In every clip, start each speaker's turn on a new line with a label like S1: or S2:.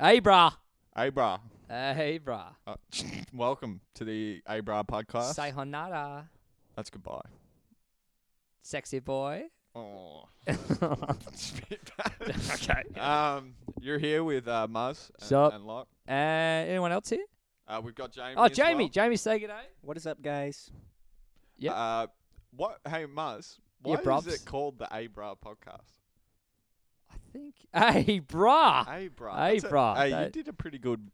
S1: Hey, brah.
S2: Abra.
S1: Hey, brah.
S2: Uh, welcome to the Abra podcast.
S1: Sayonara,
S2: That's goodbye.
S1: sexy boy. Uh,
S2: Oh.
S1: and
S2: It's a bit bad. Um, you're here with uh, Muzz and,
S1: Sup?
S2: and Locke.
S1: anyone else here?
S2: Uh, we've got Jamie.
S1: Oh,
S2: as
S1: Jamie.
S2: well.
S1: Jamie, say g'day.
S3: What is up, guys?
S1: Yep.
S2: Uh, what? Hey, Muzz.
S1: Yeah,
S2: Why
S1: props.
S2: is it called the Abra podcast?
S1: I think. Hey, brah.
S2: Abra.
S1: Hey,
S2: That's a-
S1: brah.
S2: Hey, you
S1: Ah, That-
S2: did a pretty good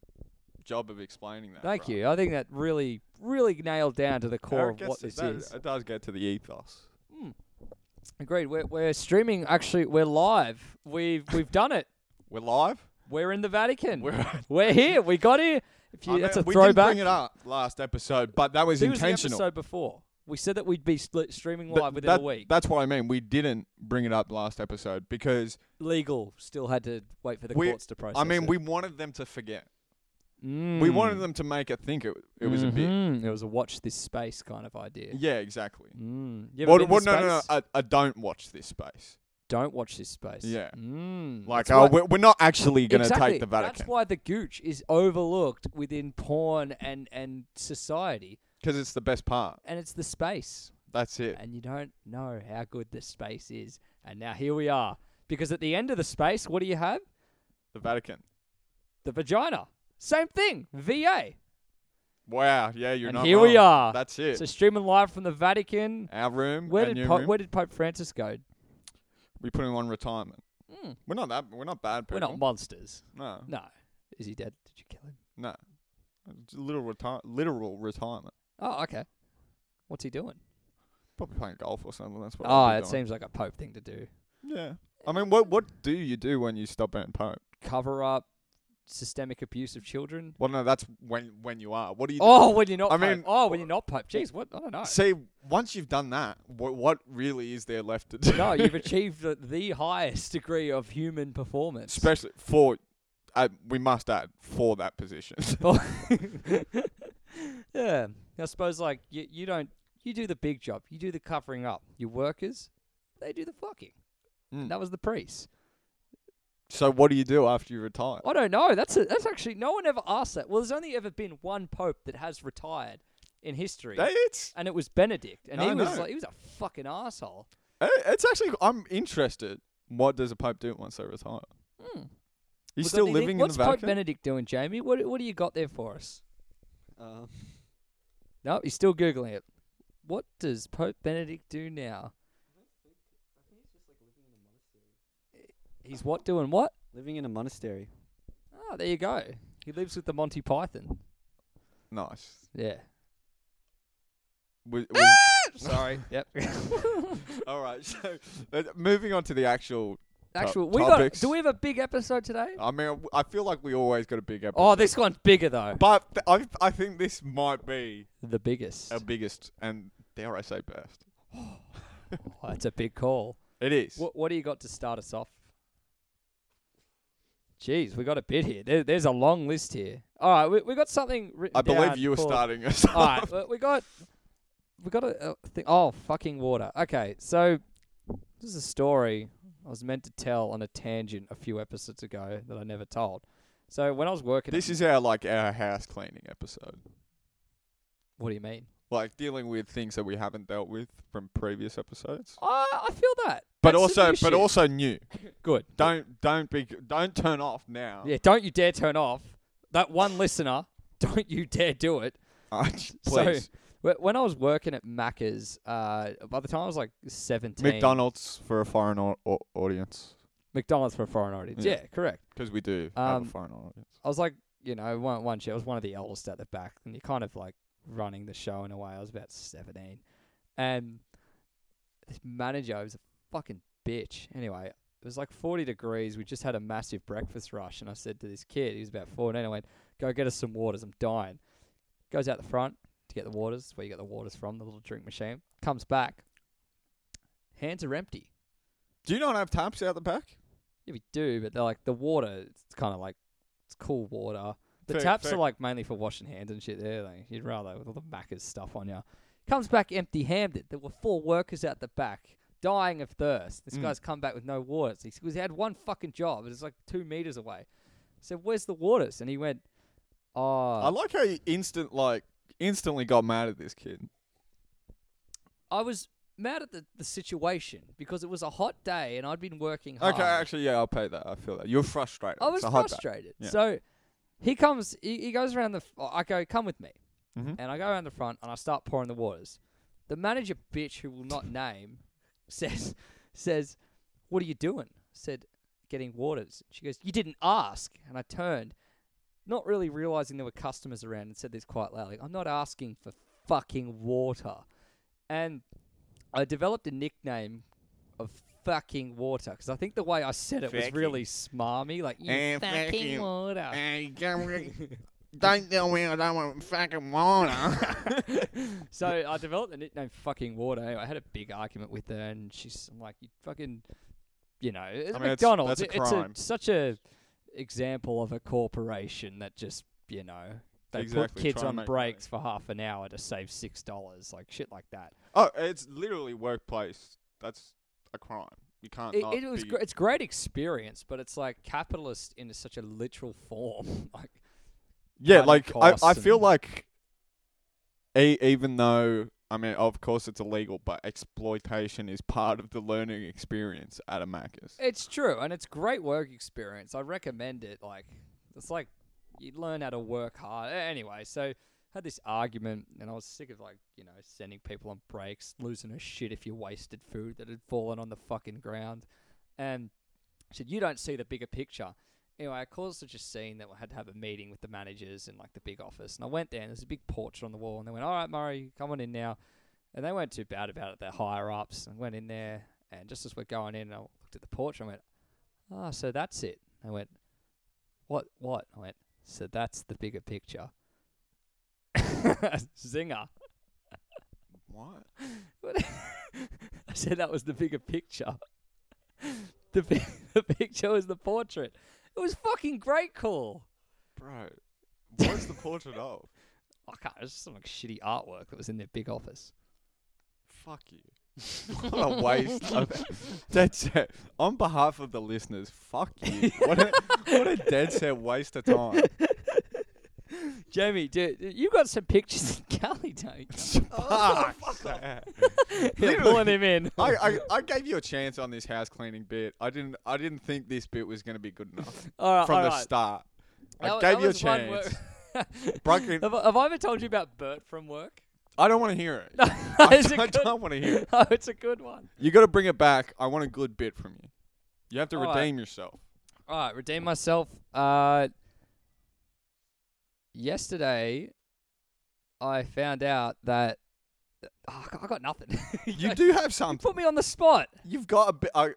S2: job of explaining that.
S1: Thank
S2: brah.
S1: you. I think that really, really nailed down to the
S2: Uh,
S1: core
S2: it
S1: of
S2: gets
S1: what
S2: to-
S1: this
S2: that-
S1: is.
S2: It does get to the ethos.
S1: Agreed. We're, we're streaming. Actually, we're live. We've we've done it.
S2: We're live.
S1: We're in the Vatican. We're,
S2: We're
S1: here. We got here. If you,
S2: I
S1: that's
S2: mean,
S1: a
S2: we
S1: throwback.
S2: didn't bring it up last episode, but that was
S1: It was the
S2: intentional.
S1: episode before. We said that we'd be sli- streaming
S2: Th-
S1: live within
S2: that-
S1: a week.
S2: That's what I mean. We didn't bring it up last episode because
S1: Legal still had to wait for the
S2: We-
S1: courts to process.
S2: I
S1: it.
S2: mean
S1: Hmm.
S2: we wanted them to forget. We wanted them to make it think it, it was a
S1: Mm. Mm-hmm. It was a watch this space kind of idea.
S2: bit. Yeah, exactly.
S1: Mm. You ever
S2: Well,
S1: been to
S2: well, no, no, no.
S1: space?
S2: I, I don't watch this space.
S1: Don't watch this space.
S2: Yeah.
S1: Mm.
S2: Like,
S1: That's
S2: oh,
S1: why-
S2: we're, we're not actually going to
S1: exactly.
S2: take the
S1: That's
S2: Vatican
S1: why the gooch is overlooked within porn and and society,
S2: because it's the best part.
S1: and it's the space,
S2: That's it.
S1: and you don't know how good the space is. And now here we are, because at the end of the space, what do you have?
S2: The Vatican.
S1: The vagina. Same thing. VA.
S2: Wow. Yeah, you're
S1: and
S2: not.
S1: here we
S2: wrong.
S1: are.
S2: That's it.
S1: So streaming live from the Vatican.
S2: Our room.
S1: Where
S2: our
S1: did
S2: new
S1: Pope,
S2: room.
S1: where did Pope Francis go?
S2: We put him on retirement.
S1: Mm.
S2: We're not that. We're not bad
S1: We're
S2: people.
S1: not monsters.
S2: No.
S1: No. Oh. Is he dead? Did you kill him?
S2: No. It's a Little retire. Literal retirement.
S1: Oh, okay. What's he doing?
S2: Probably playing golf or something. That's what.
S1: Oh,
S2: I'd be
S1: it
S2: doing.
S1: seems like a Pope thing to do.
S2: Yeah. I mean, what what do you do when you stop being pope?
S1: Cover up systemic abuse of children.
S2: Well, no, that's when when you are. What do you? Do?
S1: Oh, when you're not
S2: I
S1: Pope.
S2: mean-
S1: oh, when you're not Pope. Jeez, what? I don't know.
S2: See, once you've done that, what what really is there left to do?
S1: no, you've achieved the, the highest degree of human performance.
S2: especially for. Uh, we must add for that position.
S1: yeah. I suppose, like, you, you don't, you do the big job. You do the covering up. Your workers, they do the fucking.
S2: Mm.
S1: That was the priest.
S2: so what do you do after you retire?
S1: I don't know. That's a, that's actually no one ever asked that. Well, there's only ever been one pope that has retired in history,
S2: Hey, It's
S1: and it was Benedict, and
S2: No,
S1: he was
S2: no.
S1: like he was a fucking asshole.
S2: hey, eh, it's actually I'm interested. What does a pope do once they retire?
S1: Hmm.
S2: He's still living in the
S1: What's Pope
S2: Vatican.
S1: Benedict doing, Jamie? What what do you got there for us?
S3: Uh,
S1: No, he's still googling it. What does Pope Benedict do now? He's what doing what?
S3: living in a monastery.
S1: Oh, there you go. He lives with the Monty Python.
S2: nice.
S1: Yeah.
S2: Was-
S1: Ah!
S2: was-
S1: Sorry. yep.
S2: all right. So uh, moving on to the actual.
S1: Actual.
S2: Top-
S1: we got.
S2: topics. Uh,
S1: Do we have a big episode today?
S2: I mean, I feel like we always got a big episode.
S1: Oh, this one's bigger though.
S2: But th- I, I think this might be
S1: The biggest.
S2: our biggest and dare I say best.
S1: Oh, that's a big call.
S2: It is.
S1: What What do you got to start us off? Jeez, we got a bit here. There, there's a long list here. All right, we we got something. written
S2: I believe
S1: down
S2: you were
S1: called-
S2: starting us off.
S1: All right, we- we got we got a, a thing. Oh, fucking water. Okay, so this is a story I was meant to tell on a tangent a few episodes ago that I never told. So when I was working, at-
S2: This is our like our house cleaning episode.
S1: what do you mean?
S2: Like dealing with things that we haven't dealt with from previous episodes.
S1: I I feel that,
S2: But
S1: That's
S2: also
S1: some
S2: but
S1: new shit.
S2: also new.
S1: good.
S2: Don't don't be don't turn off now.
S1: Yeah, don't you dare turn off that one listener. Don't you dare do it.
S2: Uh, please.
S1: Wh- When I was working at Macca's, uh, by the time I was like 17,
S2: McDonald's for a foreign au- au- audience
S1: McDonald's for a foreign audience. Yeah,
S2: Yeah.
S1: correct.
S2: because we do have a
S1: Um,
S2: foreign audience.
S1: I was like, you know, one, one shit. I was one of the eldest at the back, and you're kind of like running the show in a way. I was about 17. And this manager was a fucking bitch. Anyway, it was like 40 degrees. We just had a massive breakfast rush. And I said to this kid, he was about 14, I went, go get us some waters. I'm dying. Goes out the front to get the waters, where you get the waters from, the little drink machine. Comes back. Hands are empty.
S2: Do you not have taps out the back?
S1: Yeah, we do, but they're like the water. It's kind of like it's cool water. The
S2: Fair-
S1: taps
S2: fair.
S1: are like mainly for washing hands and shit. There, like you'd rather with all the Macca's stuff on you. Comes back empty-handed. There were four workers out the back dying of thirst. This
S2: Mm.
S1: guy's come back with no water. So he- 'cause he had one fucking job. It's like two meters away. said, "Where's the waters?" And he went, "Oh,
S2: I like how you instant like instantly got mad at this kid.
S1: I was mad at the, the situation because it was a hot day and I'd been working hard.
S2: Okay, actually, yeah, I'll pay that. I feel that you're frustrated.
S1: I was
S2: so hard that-
S1: frustrated.
S2: Yeah.
S1: So he comes, he, he goes around the. f- oh, I go, come with me,
S2: Mhm.
S1: and I go around the front and I start pouring the waters. The manager bitch, who will not name, says, says, "What are you doing?" said, "Getting waters." She goes, "You didn't ask." And I turned, not really realizing there were customers around, and said this quite loudly. I'm not asking for fucking water, and I developed a nickname of fucking water because I think the way I said it was
S2: Fucking.
S1: really smarmy, like you
S2: Eh,
S1: fucking,
S2: fucking.
S1: water.
S2: Hey, don't tell me I don't want fucking water.
S1: so I developed the nickname fucking water. Anyway, I had a big argument with her, and she's I'm like, you fucking, you know, it's
S2: mean, it's-
S1: McDonald's.
S2: that's a
S1: It- it's
S2: crime.
S1: such a example of a corporation that just you know they
S2: Exactly,
S1: put kids
S2: trying to
S1: on
S2: make
S1: breaks for half an hour to save six dollars, like shit like that.
S2: oh, it's literally workplace. That's a crime. You can't. not
S1: It, it was
S2: be-
S1: gr- it's great experience, but it's like capitalist in such a literal form. like
S2: Yeah,
S1: cutting
S2: like I, I
S1: costs
S2: feel
S1: and-
S2: like e- even though I mean of course it's illegal, but exploitation is part of the learning experience at a Macca's.
S1: It's true, and it's great work experience. I recommend it. Like, it's like you learn how to work hard. A- Anyway, so had this argument, and I was sick of like you know sending people on breaks, losing a shit if you wasted food that had fallen on the fucking ground, and I said you don't see the bigger picture. Anyway, I caused such a scene that I had to have a meeting with the managers in like the big office, and I went there, and there's a big portrait on the wall, and they went, "All right, Murray, come on in now." And they weren't too bad about it, their higher ups. And went in there, and just as we're going in, I looked at the porch and I went, Ah, so that's it. I went, What? What? I went, So that's the bigger picture. Zinger.
S2: What?
S1: I said that was the bigger picture. the, pi- the picture was the portrait. It was fucking great call.
S2: Bro. What's the portrait of?
S1: I can't, Oh, it was just some like, shitty artwork that was in their big office.
S2: Fuck you. what a waste of dead set. On behalf of the listeners, fuck you. What a what a dead set waste of time.
S1: Jamie, do, you got some pictures in Cali, don't you?
S2: Fuck.
S1: Yeah, pulling him in.
S2: I, I, I gave you a chance on this house cleaning bit. I didn't I didn't think this bit was gonna be good enough.
S1: all right,
S2: from
S1: all
S2: the
S1: right.
S2: start. I
S1: That wa-
S2: gave
S1: that
S2: you a
S1: was one
S2: chance.
S1: work.
S2: Broken-
S1: have, I- have I ever told you about Bert from work?
S2: I don't want to hear it. I,
S1: it's, a
S2: I
S1: good,
S2: don't want to hear it.
S1: oh, it's a good one.
S2: You got to bring it back. I want a good bit from you. You have to
S1: All right.
S2: redeem yourself.
S1: All right, redeem myself. Uh, yesterday, I found out that oh, I got nothing.
S2: You do have something.
S1: put me on the spot.
S2: You've got a bit. I,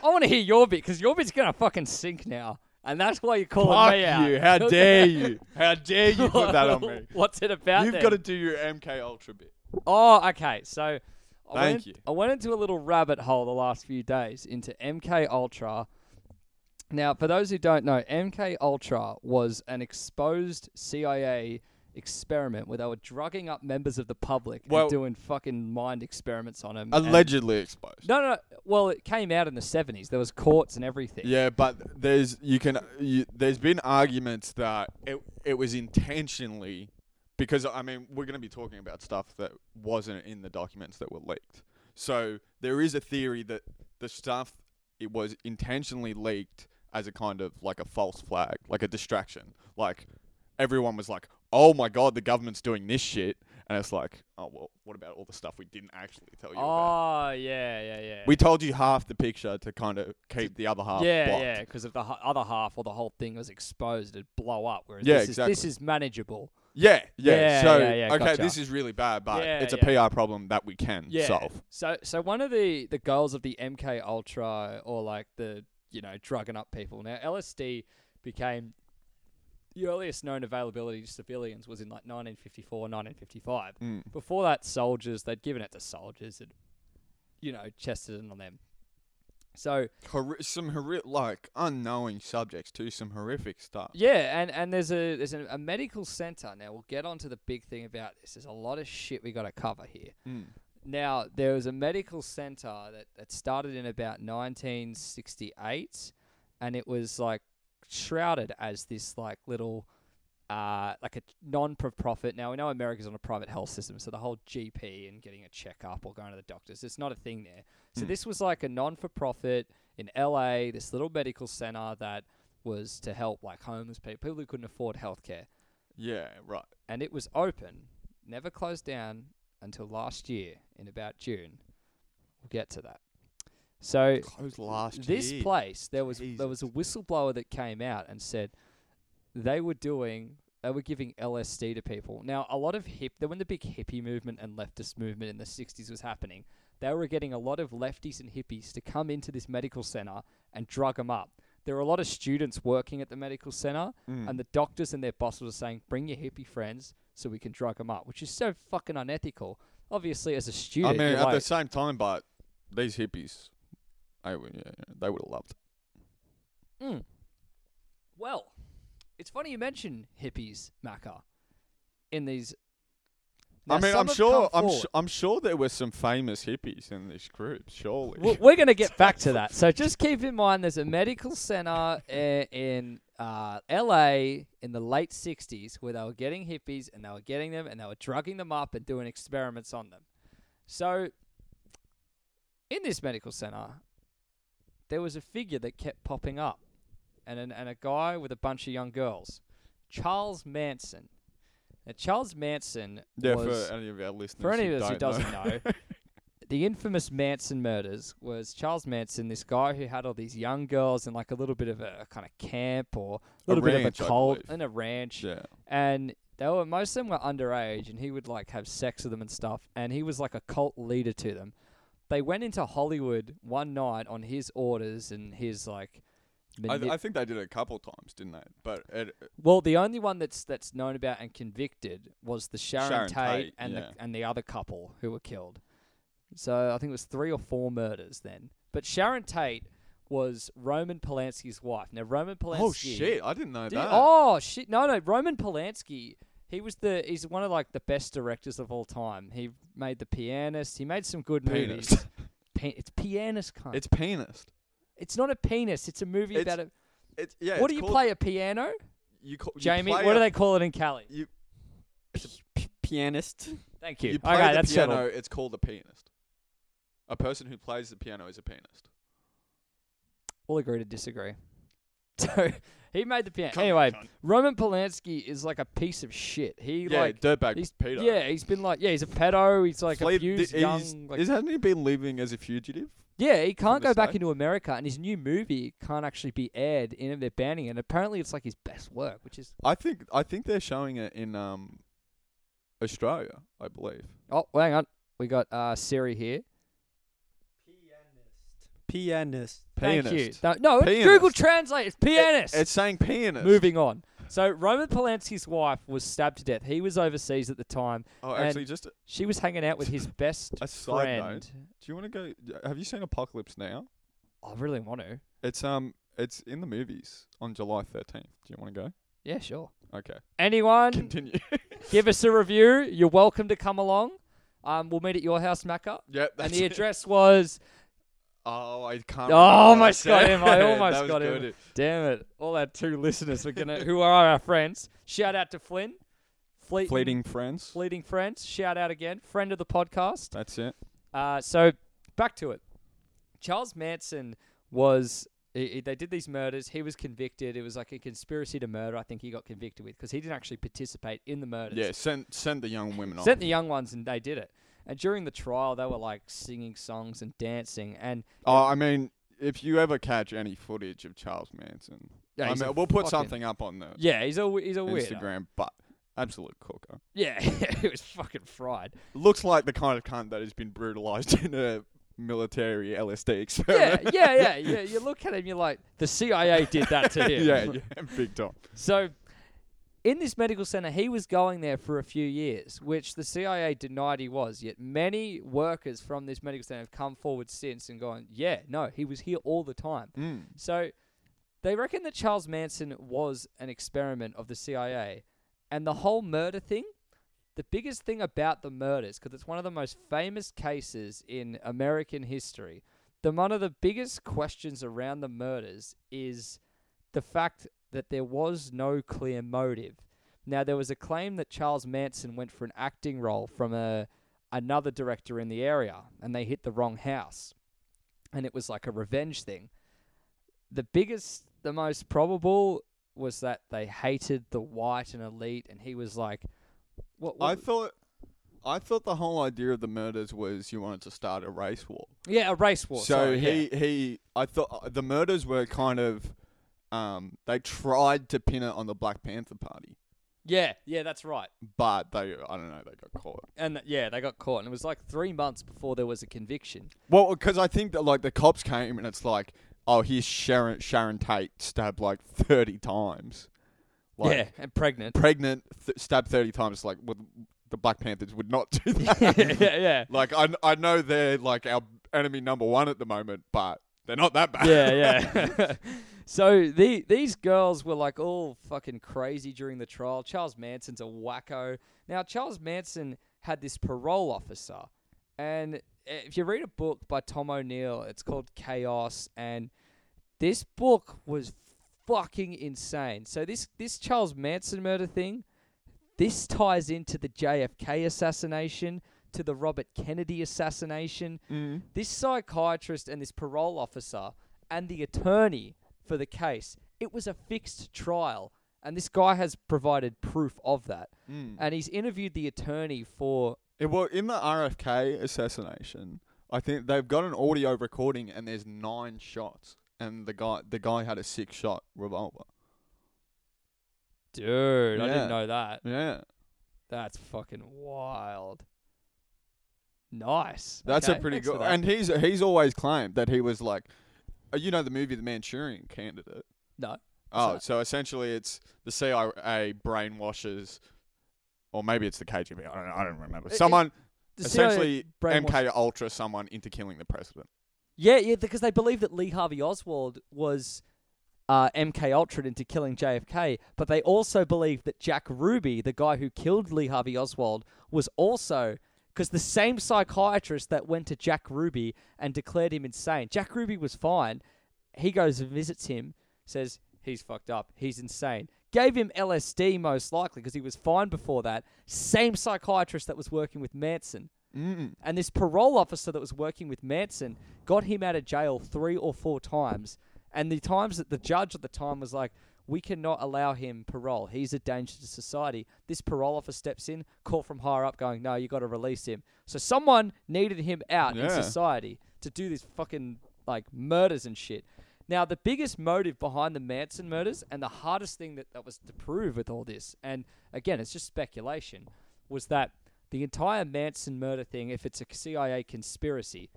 S1: I want to hear your bit because your bit's gonna fucking sink now, and that's why you're calling
S2: fuck
S1: me out.
S2: you! How dare you? How dare you put that on me?
S1: What's it about?
S2: You've
S1: then?
S2: got to do your MK Ultra bit.
S1: Oh, okay. So I
S2: Thank
S1: went,
S2: you.
S1: I went into a little rabbit hole the last few days into MK Ultra. Now, for those who don't know, MK Ultra was an exposed CIA experiment where they were drugging up members of the public
S2: Well-
S1: and doing fucking mind experiments on them.
S2: Allegedly exposed.
S1: No, no, no. Well, it came out in the 70s. There was courts and everything.
S2: Yeah, but there's you can you, there's been arguments that it it was intentionally because I mean we're going to be talking about stuff that wasn't in the documents that were leaked. So there is a theory that the stuff it was intentionally leaked as a kind of like a false flag, like a distraction. Like everyone was like, "Oh my god, the government's doing this shit." And it's like, "Oh, well, what about all the stuff we didn't actually tell you about?"
S1: Oh, yeah, yeah, yeah.
S2: We told you half the picture to kind of keep the other half
S1: yeah,
S2: blocked.
S1: yeah, because if the h- other half or the whole thing was exposed, it'd blow up. Whereas
S2: Yeah,
S1: this, is, this
S2: exactly.
S1: is manageable.
S2: Yeah, yeah.
S1: Yeah,
S2: so
S1: yeah, yeah,
S2: okay,
S1: gotcha.
S2: this is really bad, but
S1: Yeah,
S2: it's a PR problem that we can solve.
S1: So so one of the the goals of the MK Ultra or like the you know drugging up people. Now LSD became the earliest known availability to civilians was in like 1954, 1955.
S2: Mm.
S1: Before that, soldiers they'd given it to soldiers and you know chested it on them. So
S2: Horri- some horrific, like unknowing subjects too. Some horrific stuff.
S1: Yeah, and, and there's a there's a, a medical center. Now we'll get on to the big thing about this. There's a lot of shit we got to cover here.
S2: Mm.
S1: Now there was a medical center that, that started in about 1968, and it was like shrouded as this like little uh, like a non-profit. Now we know America's on a private health system, so the whole GP and getting a checkup or going to the doctors, it's not a thing there. So
S2: Hmm.
S1: this was like a non-for-profit in LA, this little medical center that was to help like homeless people, people who couldn't afford healthcare,
S2: Yeah, right.
S1: and it was open, never closed down until last year in about June. We'll get to that. So
S2: Closed last
S1: this
S2: year.
S1: place there was there was a
S2: Jesus.
S1: whistleblower that came out and said they were doing they were giving LSD to people. Now a lot of hip when the big hippie movement and leftist movement in the 60s was happening, they were getting a lot of lefties and hippies to come into this medical center and drug them up. There were a lot of students working at the medical center
S2: Mm. Hmm.
S1: and the doctors and their bosses are saying bring your hippie friends so we can drug them up, which is so fucking unethical. Obviously as a
S2: I
S1: student
S2: mean,
S1: you're
S2: at the
S1: like-
S2: same time, but these hippies, I would, yeah, yeah, they would have loved. it.
S1: Mm. Well, it's funny you mention hippies, Macca, in these. Now,
S2: I mean,
S1: some
S2: I'm
S1: have
S2: sure,
S1: come
S2: I'm,
S1: forward.
S2: su- I'm sure there were some famous hippies in this group. Surely.
S1: W- We're going to get back to that. So just keep in mind there's a medical center i- in uh, LA in the late 60s where they were getting hippies and they were getting them and they were drugging them up and doing experiments on them. So in this medical center, there was a figure that kept popping up and, an, and a guy with a bunch of young girls, Charles Manson. Now, Charles Manson
S2: yeah,
S1: was
S2: for any of our listeners.
S1: for any
S2: who
S1: of us who
S2: don't know.
S1: doesn't know, the infamous Manson murders was Charles Manson, this guy who had all these young girls in like a little bit of a, kind of camp or a
S2: A
S1: little bit
S2: ranch,
S1: of
S2: I
S1: a cult
S2: believe.
S1: and a ranch,
S2: yeah.
S1: and they were most of them were underage, and he would like have sex with them and stuff, and he was like a cult leader to them. They went into Hollywood one night on his orders and his like.
S2: I,
S1: mani-
S2: I think they did it a couple times, didn't they? But it,
S1: well, the only one that's that's known about and convicted was the Sharon,
S2: Sharon
S1: Tate,
S2: Tate,
S1: and
S2: yeah.
S1: the and the other couple who were killed. So I think it was three or four murders then. But Sharon Tate was Roman Polanski's wife. Now Roman Polanski.
S2: oh shit, I didn't know
S1: Did-
S2: that.
S1: oh shit! No, no. Roman Polanski. He was the he's one of like the best directors of all time. He made The Pianist. He made some good
S2: penis.
S1: movies. Pe- it's Pianist, cunt. It's
S2: it's penis.
S1: it's not a penis. It's a movie
S2: It's-
S1: about a.
S2: It's yeah.
S1: what do
S2: it's
S1: you
S2: called-
S1: play? A piano,
S2: You call, you
S1: Jamie?
S2: play
S1: What do
S2: a-
S1: they call it in Cali?
S2: You,
S3: P- pianist.
S1: Thank you.
S2: You play
S1: okay,
S2: the
S1: that's
S2: piano.
S1: settled.
S2: It's called a pianist. A person who plays the piano is a pianist.
S1: We'll agree to disagree. So he made the piano.
S2: Come on,
S1: anyway,
S2: cunt.
S1: Roman Polanski is like a piece of shit. He
S2: yeah,
S1: like
S2: dirtbag
S1: he's-
S2: pedo.
S1: yeah, he's been like yeah, he's a pedo. He's like
S2: Fle-
S1: abused
S2: di- he's-
S1: young. Like,
S2: is hasn't he been living as a fugitive?
S1: yeah, he can't
S2: the
S1: go back
S2: state?
S1: into America, and his new movie can't actually be aired. In they're banning it. And apparently, it's like his best work, which is
S2: I think I think they're showing it in um Australia, I believe.
S1: oh, hang on, we got uh, Siri here.
S3: Pianist.
S2: Pianist.
S1: Thank you. No, no
S2: Pianist.
S1: Google Translate. It's pianist.
S2: It's saying pianist.
S1: Moving on. So Roman Polanski's wife was stabbed to death. He was overseas at the time.
S2: Oh,
S1: and-
S2: actually, just a,
S1: She was hanging out with his best
S2: a side
S1: friend.
S2: note. Do you want to go? Have you seen Apocalypse Now?
S1: I really want to.
S2: It's um, it's in the movies on July thirteenth. Do you want to go?
S1: Yeah, sure.
S2: Okay,
S1: Anyone,
S2: continue.
S1: give us a review. You're welcome to come along. Um, we'll meet at your house, Macca.
S2: yep.
S1: And
S2: that's
S1: the
S2: it.
S1: address was.
S2: Oh, I can't.
S1: Oh,
S2: remember what
S1: almost
S2: I
S1: got
S2: said.
S1: him. I
S2: That
S1: almost
S2: was
S1: got him.
S2: good.
S1: Damn it! All our two listeners are gonna, who are our friends. Shout out to Flynn, Fleet,
S2: Fleeting friends.
S1: fleeting friends. Shout out again, friend of the podcast.
S2: That's it.
S1: Uh, so back to it. Charles Manson was. He, he- they did these murders. He was convicted. It was like a conspiracy to murder. I think he got convicted with because he didn't actually participate in the murders.
S2: Yeah, send send the young women off.
S1: Sent the young ones and they did it. And during the trial, they were like singing songs and dancing. And
S2: Oh, I mean, if you ever catch any footage of Charles Manson,
S1: yeah,
S2: I
S1: he's a
S2: mean, we'll put
S1: fucking-
S2: something up on the
S1: Yeah, he's a w- he's a weirdo.
S2: Instagram, but absolute cooker.
S1: Yeah, he was fucking fried.
S2: Looks like the kind of cunt that has been brutalized in a military LSD
S1: Yeah,
S2: experiment.
S1: yeah, yeah, yeah. You look at him, you're like, the CIA did that to him.
S2: yeah, yeah, big time.
S1: So, in this medical center, he was going there for a few years, which the CIA denied he was. Yet many workers from this medical center have come forward since and gone, yeah, no, he was here all the time.
S2: Mm.
S1: So, they reckon that Charles Manson was an experiment of the CIA. And the whole murder thing, the biggest thing about the murders, because it's one of the most famous cases in American history, the one of the biggest questions around the murders is the fact that there was no clear motive. Now there was a claim that Charles Manson went for an acting role from a another director in the area and they hit the wrong house. And it was like a revenge thing. The biggest the most probable was that they hated the white and elite and he was like what, what
S2: I thought, I thought the whole idea of the murders was you wanted to start a race war.
S1: yeah, a race war.
S2: so
S1: sorry, yeah.
S2: he he, I thought uh, the murders were kind of, um, they tried to pin it on the Black Panther Party,
S1: Yeah, yeah, that's right.
S2: but they, I don't know, they got caught.
S1: And th- yeah, they got caught, and it was like three months before there was a conviction.
S2: Well, because I think that like the cops came and it's like, oh, here's Sharon Sharon Tate stabbed like thirty times, like
S1: yeah, and pregnant.
S2: pregnant th- stabbed thirty times. It's Like well, the Black Panthers would not do
S1: yeah,
S2: that.
S1: yeah,
S2: like I I know they're like our enemy number one at the moment, but they're not that bad.
S1: yeah, yeah. so the these girls were like all fucking crazy during the trial. Charles Manson's a wacko. Now Charles Manson had this parole officer, and eh, if you read a book by Tom O'Neill, it's called Chaos, and this book was fucking insane. So this this Charles Manson murder thing, this ties into the JFK assassination, to the Robert Kennedy assassination,
S2: Mm.
S1: this psychiatrist and this parole officer and the attorney for the case, it was a fixed trial. And this guy has provided proof of that.
S2: Mm.
S1: And he's interviewed the attorney for.
S2: It, well, in the RFK assassination, I think they've got an audio recording and there's nine shots, and the guy the guy had a six shot revolver.
S1: Dude, I
S2: Yeah.
S1: didn't know that.
S2: Yeah,
S1: That's fucking wild. Nice.
S2: that's
S1: Okay,
S2: a pretty
S1: thanks for
S2: good.
S1: that.
S2: And he's he's always claimed that he was like, uh, you know, the movie The Manchurian Candidate.
S1: No.
S2: Oh,
S1: that?
S2: so essentially, it's the CIA brainwashes, or maybe it's the KGB. I don't know. I don't remember.
S1: It- it-
S2: Someone
S1: The CIA
S2: essentially
S1: brainwashed-
S2: MK Ultra someone into killing the president.
S1: Yeah, yeah, because they believe that Lee Harvey Oswald was uh, MK Ultra into killing JFK, but they also believe that Jack Ruby, the guy who killed Lee Harvey Oswald, was also because the same psychiatrist that went to Jack Ruby and declared him insane. Jack Ruby was fine. He goes and visits him, says he's fucked up, he's insane. Gave him LSD most likely because he was fine before that. Same psychiatrist that was working with Manson.
S2: Mm.
S1: And this parole officer that was working with Manson got him out of jail three or four times. And the times that the judge at the time was like, we cannot allow him parole. He's a danger to society. This parole officer steps in, call from higher up, going, no, you got to release him. So someone needed him out in
S2: Yeah.
S1: society to do these fucking like murders and shit. Now, the biggest motive behind the Manson murders and the hardest thing that, that was to prove with all this, and again, it's just speculation, was that the entire Manson murder thing, if it's a CIA conspiracy,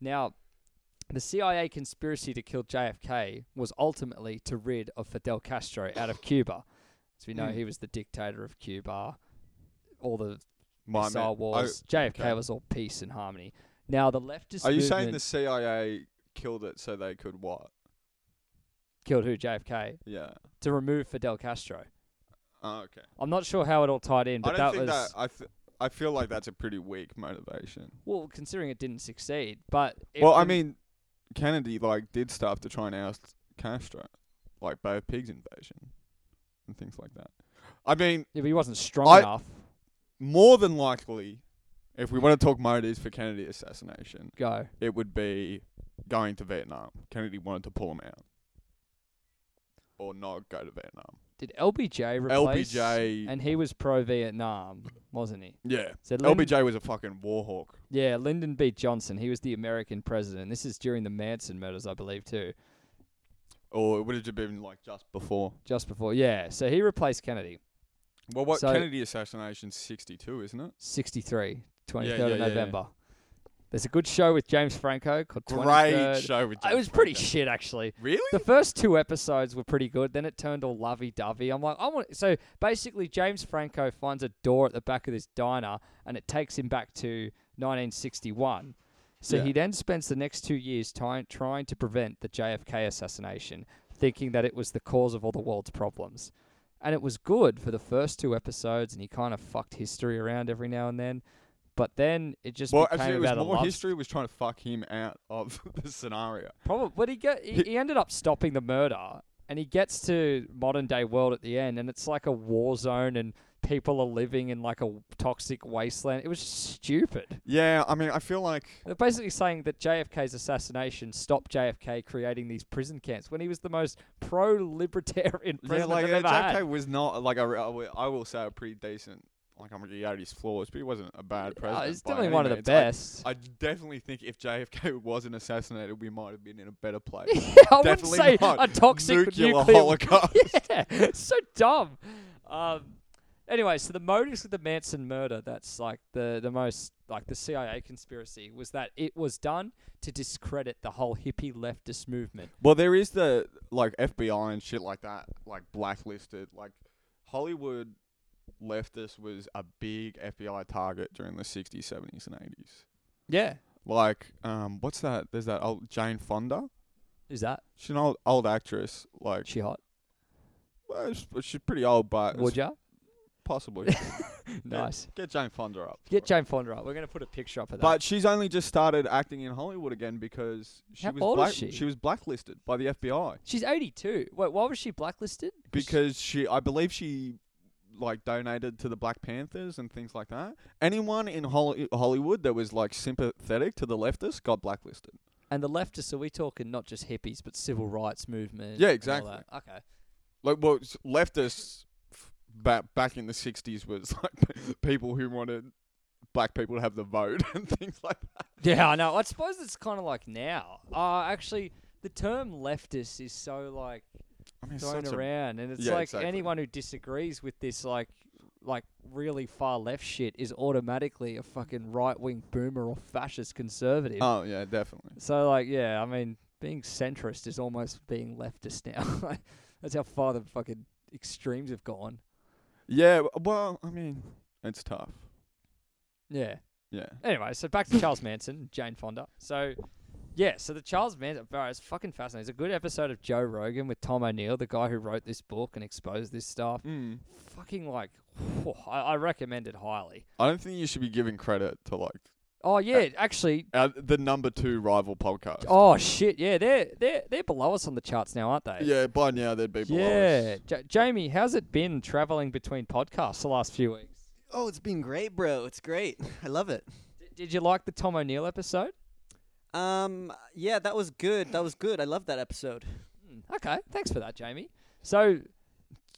S1: now the CIA conspiracy to kill JFK was ultimately to rid of Fidel Castro out of Cuba. As we know,
S2: Mm.
S1: he was the dictator of Cuba. All the
S2: My
S1: missile
S2: man.
S1: wars. JFK
S2: okay.
S1: was all peace and harmony. Now the leftist
S2: Are you saying the
S1: movement
S2: CIA killed it so they could what?
S1: killed who JFK
S2: Yeah.
S1: to remove Fidel Castro.
S2: Oh, okay.
S1: I'm not sure how it all tied in,
S2: I
S1: but
S2: don't
S1: that
S2: think
S1: was
S2: that. I th- I feel like that's a pretty weak motivation.
S1: well, considering it didn't succeed. But it
S2: well, I
S1: rem-
S2: mean, Kennedy like did stuff to try and oust Castro, like Bay of Pigs invasion, and things like that. I mean,
S1: yeah, but he wasn't strong
S2: I-
S1: enough.
S2: more than likely, if we want to talk motives for Kennedy assassination,
S1: Go.
S2: it would be going to Vietnam. Kennedy wanted to pull him out, or not go to Vietnam.
S1: Did LBJ replace?
S2: LBJ,
S1: And he was pro Vietnam, wasn't he?
S2: yeah,
S1: So Lyndon-
S2: LBJ was a fucking war hawk.
S1: Yeah, Lyndon B. Johnson. He was the American president. This is during the Manson murders, I believe, too.
S2: Or it would have been like just before.
S1: Just before. Yeah, so he replaced Kennedy.
S2: Well, what
S1: So-
S2: Kennedy assassination sixty two, isn't it?
S1: 63, 23rd
S2: yeah,
S1: of
S2: yeah, yeah.
S1: November. There's a good show with James Franco called 23rd.
S2: Great show with.
S1: It
S2: James
S1: was pretty
S2: Franco.
S1: shit, actually.
S2: really?
S1: The first two episodes were pretty good. Then it turned all lovey dovey. I'm like, I want. So basically, James Franco finds a door at the back of this diner, and it takes him back to 1961. So
S2: Yeah.
S1: he then spends the next two years ty- trying to prevent the JFK assassination, thinking that it was the cause of all the world's problems. And it was good for the first two episodes, and he kind of fucked history around every now and then. But then it just
S2: Well,
S1: became
S2: actually, it was
S1: about a
S2: more
S1: love
S2: history was trying to fuck him out of the scenario.
S1: Probably, but he, got, he,
S2: He-
S1: he ended up stopping the murder and he gets to modern day world at the end, and it's like a war zone, and people are living in like a toxic wasteland. It was stupid.
S2: Yeah, I mean, I feel like
S1: They're basically saying that JFK's assassination stopped JFK creating these prison camps when he was the most pro-libertarian
S2: yeah,
S1: president
S2: like uh,
S1: they've ever
S2: JFK
S1: had.
S2: was not like a re- I will- I will say a pretty decent. Like I'm he had his flaws, but he wasn't a bad
S1: Oh,
S2: president.
S1: he's
S2: by
S1: definitely
S2: any
S1: one of the
S2: means. I-
S1: best.
S2: I definitely think if JFK wasn't assassinated, we might have been in a better place.
S1: yeah, I wouldn't
S2: Definitely
S1: say
S2: not.
S1: a toxic
S2: nuclear,
S1: nuclear
S2: holocaust.
S1: yeah, so dumb. Um, anyway, so the motives of the Manson murder—that's like the the most like the CIA conspiracy—was that it was done to discredit the whole hippie leftist movement.
S2: Well, there is the like FBI and shit like that, like blacklisted. Like Hollywood leftist was a big FBI target during the '60s, '70s, and '80s.
S1: Yeah,
S2: Like, um, what's that? There's that old Jane Fonda.
S1: is that
S2: She's an old old actress. Like,
S1: she hot?
S2: well, she's, she's pretty old, but
S1: Would
S2: it's
S1: ya?
S2: possibly
S1: Nice.
S2: get Jane Fonda up.
S1: Get Jane Fonda up. We're gonna put a picture up of that.
S2: But she's only just started acting in Hollywood again because she
S1: How
S2: was
S1: old is
S2: black-
S1: she?
S2: she was blacklisted by the FBI.
S1: she's 82. Wait, why was she blacklisted?
S2: because she I believe she like donated to the Black Panthers and things like that. Anyone in Hol- Hollywood that was like sympathetic to the leftists got blacklisted.
S1: and the leftists. Are we talking not just hippies, but civil rights movement?
S2: Yeah,
S1: and all
S2: exactly.
S1: that? Okay.
S2: Like well, s- leftists f- back back in the '60s was like people who wanted black people to have the vote and things like that.
S1: Yeah, I know. I suppose it's kind of like now. Uh, actually, the term leftist is so like
S2: I mean,
S1: thrown
S2: such a-
S1: around, and it's
S2: Yeah,
S1: like
S2: exactly.
S1: anyone who disagrees with this like like really far left shit is automatically a fucking right wing boomer or fascist conservative.
S2: oh yeah, definitely.
S1: So like, yeah, I mean, being centrist is almost being leftist now. Like, That's how far the fucking extremes have gone.
S2: Yeah, w- well, I mean, it's tough.
S1: Yeah.
S2: Yeah.
S1: Anyway, so back to Charles Manson, Jane Fonda. So, yeah, so the Charles Manson, bro, it's fucking fascinating. It's a good episode of Joe Rogan with Tom O'Neill, the guy who wrote this book and exposed this stuff.
S2: Mm.
S1: Fucking like, I, I recommend it highly.
S2: I don't think you should be giving credit to like
S1: Oh yeah, actually.
S2: uh, the number two rival podcast.
S1: Oh shit, yeah, they're they're they're below us on the charts now, aren't they?
S2: Yeah, by now they'd be below
S1: Yeah,
S2: us.
S1: Ja- Jamie, how's it been traveling between podcasts the last few weeks?
S3: Oh, it's been great, bro. It's great. I love it.
S1: D- did you like the Tom O'Neill episode?
S3: Um, yeah, that was good. That was good. I love that episode.
S1: Hmm, Okay, thanks for that, Jamie. So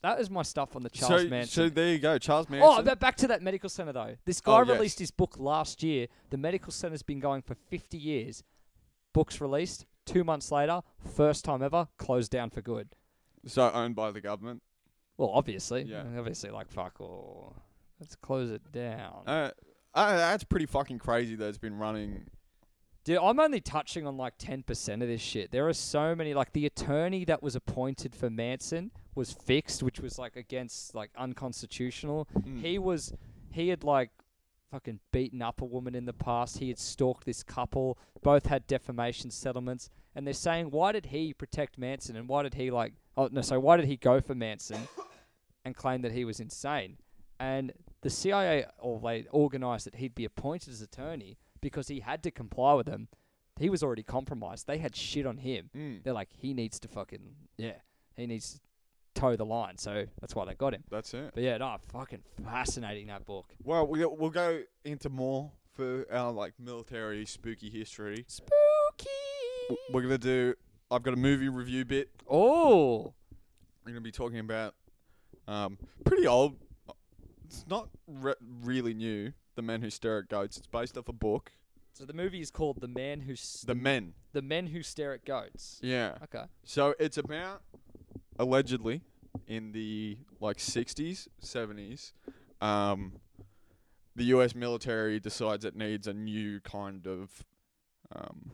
S1: that is my stuff on the Charles
S2: so,
S1: Manson.
S2: So there you go, Charles Manson.
S1: Oh, but back to that medical center though. This guy
S2: Oh, yes.
S1: released his book last year. The medical center's been going for 50 years. Books released two months later, first time ever, closed down for good.
S2: so owned by the government.
S1: Well, obviously,
S2: Yeah.
S1: obviously, like fuck, or let's close it down.
S2: Uh, uh, that's pretty fucking crazy that it's been running.
S1: Dude, I'm only touching on like 10% of this shit. There are so many. Like, the attorney that was appointed for Manson was fixed, which was like against, like, unconstitutional.
S2: Mm.
S1: He was, he had like fucking beaten up a woman in the past. He had stalked this couple. Both had defamation settlements. And they're saying, why did he protect Manson? And why did he, like, oh, no, so why did he go for Manson and claim that he was insane? And the CIA or they organized that he'd be appointed as attorney because he had to comply with them. He was already compromised. They had shit on him.
S2: Mm.
S1: They're like, he needs to fucking, yeah, he needs to toe the line. So that's why they got him.
S2: That's it.
S1: But yeah, no, fucking fascinating that book.
S2: Well, we, we'll go into more for our like military spooky history.
S1: Spooky.
S2: W- We're gonna do. I've got a movie review bit.
S1: Oh,
S2: We're gonna be talking about um, pretty old. It's not re- really new. The Men Who Stare at Goats. It's based off a book.
S1: so the movie is called The Man Who S-
S2: The Men.
S1: The Men Who Stare at Goats.
S2: Yeah.
S1: Okay.
S2: So it's about allegedly in the like 60s, 70s, um, the U.S. military decides it needs a new kind of um,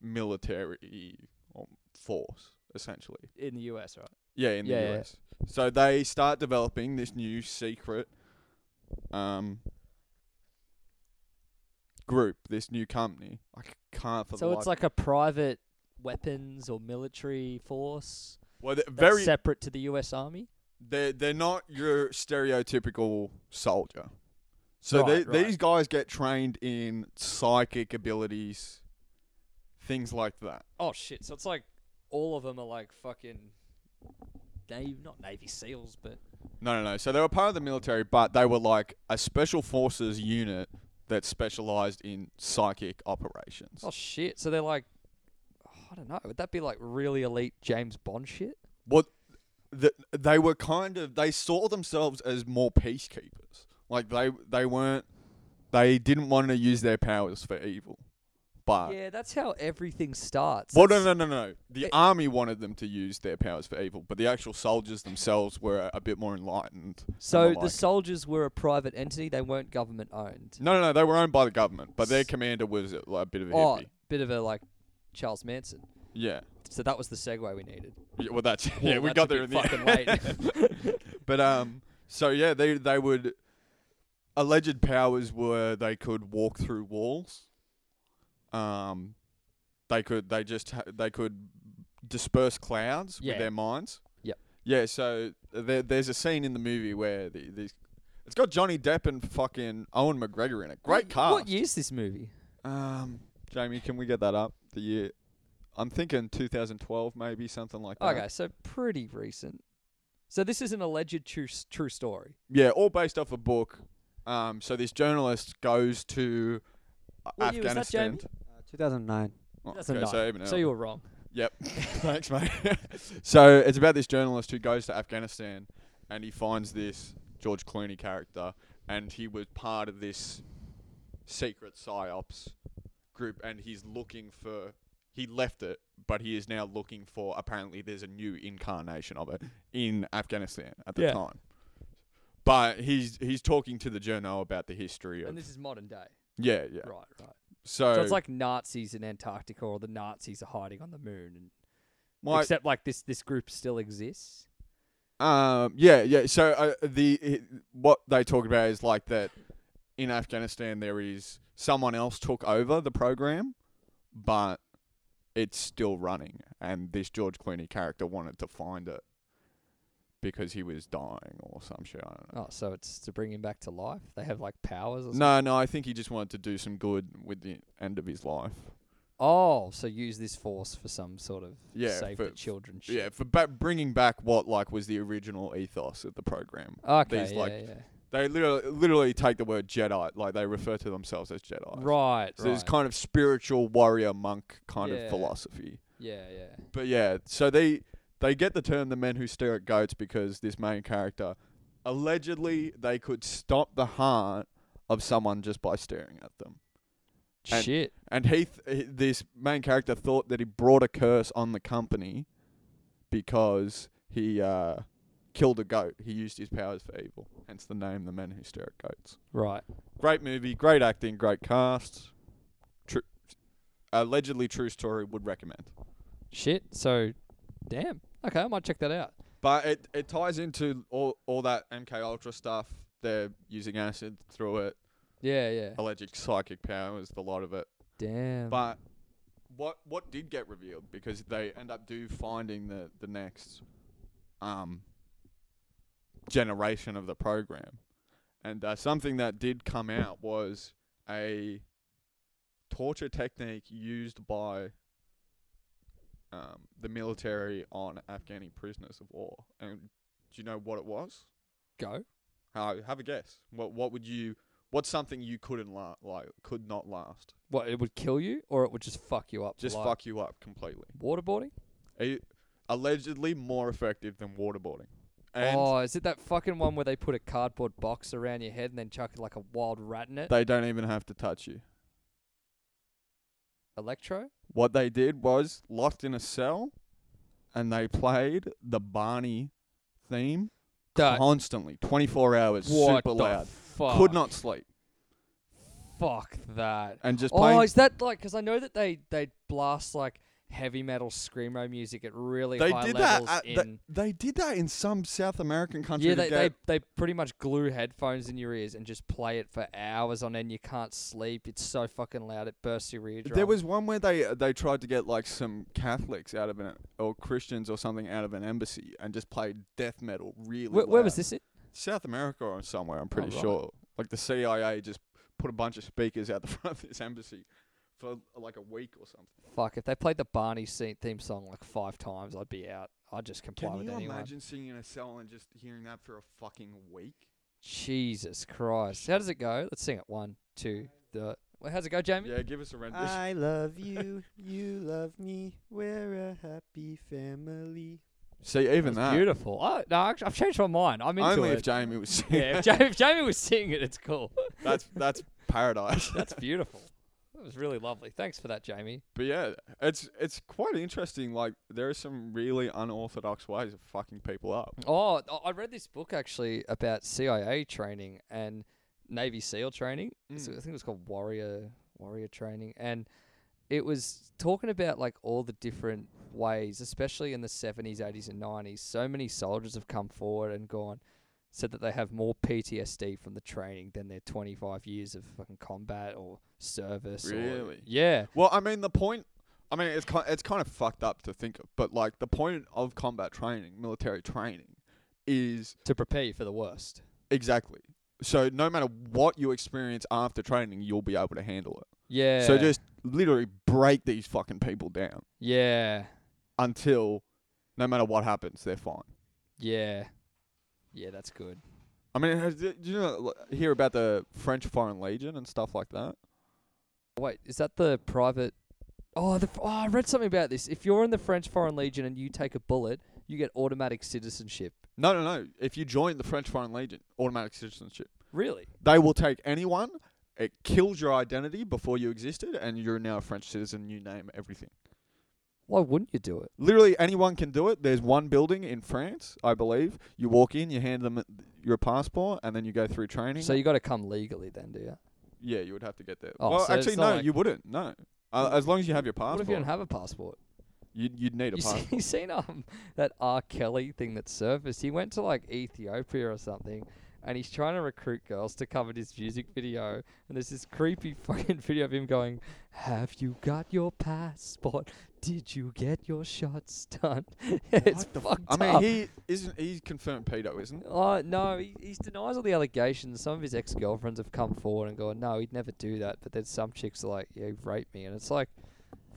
S2: military um, force, essentially.
S1: In the US, right?
S2: Yeah, in the
S1: Yeah, yeah.
S2: U.S. So they start developing this new secret um, group, this new company. I c- can't for the
S1: so
S2: life.
S1: it's like a private weapons or military force
S2: well, they're
S1: that's
S2: very
S1: separate to the US Army.
S2: they're they're not your stereotypical soldier. So
S1: Right,
S2: they,
S1: right.
S2: these guys get trained in psychic abilities, things like that.
S1: Oh shit! So it's like all of them are like fucking Navy, not Navy SEALs, but
S2: No, no, no. So they were part of the military, but they were like a special forces unit that specialized in psychic operations.
S1: oh shit. So they're like, I don't know. Would that be like really elite James Bond shit?
S2: What the, they were kind of they saw themselves as more peacekeepers. Like they they weren't they didn't want to use their powers for evil. But
S1: yeah, that's how everything starts.
S2: well, no,
S1: That's-
S2: no, no, no. The
S1: it-
S2: army wanted them to use their powers for evil, but the actual soldiers themselves were a, a bit more enlightened. and
S1: So
S2: the
S1: the
S2: like.
S1: soldiers were a private entity; they weren't government owned.
S2: no, no, no. They were owned by the government, but their
S1: S-
S2: commander was a, like, a bit of a
S1: Oh,
S2: hippie.
S1: bit of a like Charles Manson.
S2: Yeah.
S1: So that was the segue we needed.
S2: Yeah, well, that's yeah,
S1: Well,
S2: we
S1: that's
S2: got
S1: a
S2: there in
S1: bit
S2: the end.
S1: fucking late.
S2: But um, so yeah, they they would alleged powers were they could walk through walls. Um, they could they just ha- they could disperse clouds
S1: Yeah.
S2: with their minds.
S1: Yep.
S2: Yeah. So there, there's a scene in the movie where the, these it's got Johnny Depp and fucking Owen McGregor in it. Great
S1: What-
S2: cast.
S1: What year's this movie?
S2: Um, Jamie, can we get that up? The year. I'm thinking 2012, maybe something like that.
S1: Okay, so pretty recent. So this is an alleged true s- true story.
S2: Yeah, all based off a book. Um, so this journalist goes to uh,
S1: What year was that,
S2: Afghanistan.
S1: Jamie?
S3: Uh, 2009.
S2: Oh,
S1: That's
S2: okay,
S1: a nine.
S2: so even
S1: so
S2: earlier.
S1: you were wrong.
S2: Yep. Thanks, mate. so it's about this journalist who goes to Afghanistan, and he finds this George Clooney character, and he was part of this secret psyops group, and he's looking for. He left it, but he is now looking for. Apparently, there's a new incarnation of it in Afghanistan at the
S1: Yeah.
S2: time. But he's he's talking to the journo about the history of
S1: And this is modern day.
S2: yeah yeah.
S1: Right, right.
S2: So,
S1: So it's like Nazis in Antarctica, or the Nazis are hiding on the moon, and
S2: my
S1: except like this this group still exists.
S2: Um, yeah, yeah. So uh, the it, what they talk about is like that in Afghanistan there is someone else took over the program, but it's still running, and this George Clooney character wanted to find it because he was dying or some shit. I don't know.
S1: Oh, so it's to bring him back to life. They have like powers. Or something.
S2: No, no. I think he just wanted to do some good with the end of his life.
S1: Oh, so use this force for some sort of
S2: Yeah,
S1: save
S2: for-
S1: the children. Shit.
S2: Yeah, for ba- bringing back what like was the original ethos of the program.
S1: Okay.
S2: these,
S1: yeah,
S2: like,
S1: yeah.
S2: They literally, literally take the word Jedi, like they refer to themselves as Jedi.
S1: Right.
S2: uh, So
S1: right.
S2: this kind of spiritual warrior monk kind
S1: Yeah.
S2: of philosophy.
S1: yeah, yeah.
S2: But yeah, so they they get the term the men who stare at goats because this main character allegedly they could stop the heart of someone just by staring at them. And-
S1: Shit.
S2: And he, th- this main character thought that he brought a curse on the company because he uh, killed a goat. He used his powers for evil. Hence the name the men who stare at goats.
S1: Right.
S2: Great movie, great acting, great cast. True, allegedly true story. Would recommend.
S1: Shit. So, damn. Okay, I might check that out.
S2: But it, it ties into all, all that MK Ultra stuff. They're using acid through it,
S1: Yeah, yeah.
S2: alleged psychic powers, the lot of it.
S1: Damn.
S2: Oh, But what what did get revealed because they end up do finding the the next um generation of the program, and uh, something that did come out was a torture technique used by um, the military on Afghani prisoners of war. And do you know what it was?
S1: Go.
S2: Uh, have a guess. What what would you? What's something you couldn't la- like could not last?
S1: What? It would kill you, or it would just fuck you up. for
S2: Just
S1: life?
S2: fuck you up completely.
S1: Waterboarding.
S2: A- allegedly more effective than waterboarding. And
S1: oh, is it that fucking one where they put a cardboard box around your head and then chuck like a wild rat in it?
S2: they don't even have to touch you.
S1: Electro.
S2: What they did was locked in a cell and they played the Barney theme
S1: Duh,
S2: constantly, 24 hours,
S1: what
S2: super
S1: the
S2: loud.
S1: Fuck.
S2: Could not sleep.
S1: Fuck that.
S2: And just
S1: Oh,
S2: playing.
S1: is that like? Because I know that they they blast like heavy metal screamo music at really
S2: they
S1: high
S2: did that.
S1: levels
S2: At,
S1: in.
S2: th- they did that in some South American country.
S1: Yeah,
S2: to
S1: they, they
S2: get-
S1: they pretty much glue headphones in your ears and just play it for hours on end. You can't sleep. It's so fucking loud. It bursts your eardrum.
S2: There was one where they uh, they tried to get like some Catholics out of an or Christians or something out of an embassy and just played death metal really.
S1: Where, where was
S2: loud.
S1: this? It?
S2: South America or somewhere, I'm pretty
S1: right.
S2: sure. Like the CIA just put a bunch of speakers out the front of this embassy for like a week or something.
S1: Fuck! If they played the Barney se- theme song like five times, I'd be out. I'd just comply
S2: Can
S1: with
S2: you
S1: anyone.
S2: imagine sitting in a cell and just hearing that for a fucking week?
S1: Jesus Christ. How does it go? Let's sing it. One, two, the. Well, how's it go, Jamie?
S2: Yeah, give us a rendition.
S3: I love you, you love me, we're a happy family.
S2: See, even
S1: That's
S2: that.
S1: Beautiful. Oh, no, act- I've changed my mind. I'm into
S2: Only
S1: it.
S2: if Jamie was singing.
S1: yeah, if, Jamie, if Jamie was singing it, it's cool.
S2: that's that's paradise.
S1: That's beautiful. That was really lovely. Thanks for that, Jamie.
S2: But yeah, it's it's quite interesting. Like there are some really unorthodox ways of fucking people up.
S1: Oh, I- I read this book actually about CIA training and Navy SEAL training. So I
S2: Mm.
S1: think it was called Warrior Warrior Training, and it was talking about like all the different ways, especially in the seventies, eighties, and nineties. So many soldiers have come forward and gone, said that they have more PTSD from the training than their twenty-five years of fucking combat or service. or-
S2: Really?
S1: yeah.
S2: Well, I mean the point. I mean it's ki- it's kind of fucked up to think of, but like the point of combat training, military training, is
S1: To prepare you for the worst.
S2: exactly. So no matter what you experience after training, you'll be able to handle it.
S1: Yeah.
S2: So just literally break these fucking people down
S1: yeah.
S2: until, no matter what happens, they're fine.
S1: Yeah. Yeah, that's good.
S2: I mean, has- did you know, hear about the French Foreign Legion and stuff like that?
S1: Wait, is that the private? Oh, the, oh, I read something about this. If you're in the French Foreign Legion and you take a bullet, you get automatic citizenship.
S2: No, no, no. If you join the French Foreign Legion, automatic citizenship.
S1: Really?
S2: They will take anyone. It kills your identity before you existed, and you're now a French citizen. You name everything.
S1: Why wouldn't you do it?
S2: Literally anyone can do it. There's one building in France, I believe. You walk in, you hand them your passport, and then you go through training.
S1: So you got to come legally then, do you?
S2: yeah, you would have to get there.
S1: Oh,
S2: well,
S1: so
S2: actually,
S1: it's not
S2: no,
S1: like-
S2: you wouldn't. No, uh, as long as you have your passport,
S1: What if you don't have a passport?
S2: you'd, you'd need a
S1: You
S2: passport.
S1: see, you seen um that R. Kelly thing that surfaced? He went to like Ethiopia or something, and he's trying to recruit girls to cover his music video. And there's this creepy fucking video of him going, "Have you got your passport? Did you get your shots done?" it's
S2: What the
S1: fucked
S2: I mean,
S1: up.
S2: he isn't. He's confirmed pedo, isn't? he?
S1: Oh no, he, he denies all the allegations. Some of his ex girlfriends have come forward and gone, "No, he'd never do that." But then some chicks are like, "Yeah, he raped me," and it's like,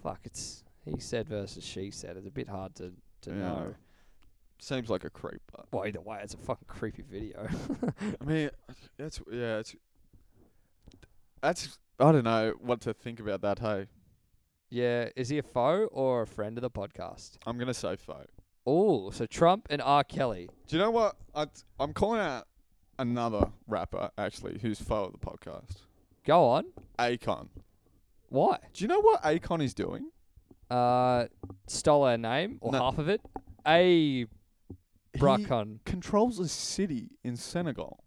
S1: "Fuck!" It's he said versus she said. It's a bit hard to to
S2: Yeah.
S1: know.
S2: Seems like a creep. But
S1: Well, either way, it's a fucking creepy video.
S2: I mean, that's yeah. It's that's. I don't know what to think about that. Hey,
S1: yeah, is he a foe or a friend of the podcast?
S2: I'm gonna say faux.
S1: Oh, so Trump and R. Kelly.
S2: Do you know what? I I'm calling out another rapper actually who's faux of the podcast.
S1: Go on.
S2: Akon.
S1: Why?
S2: Do you know what Akon is doing?
S1: Uh, stole her name or
S2: No.
S1: half of it. A
S2: He
S1: Bracon.
S2: controls a city in Senegal.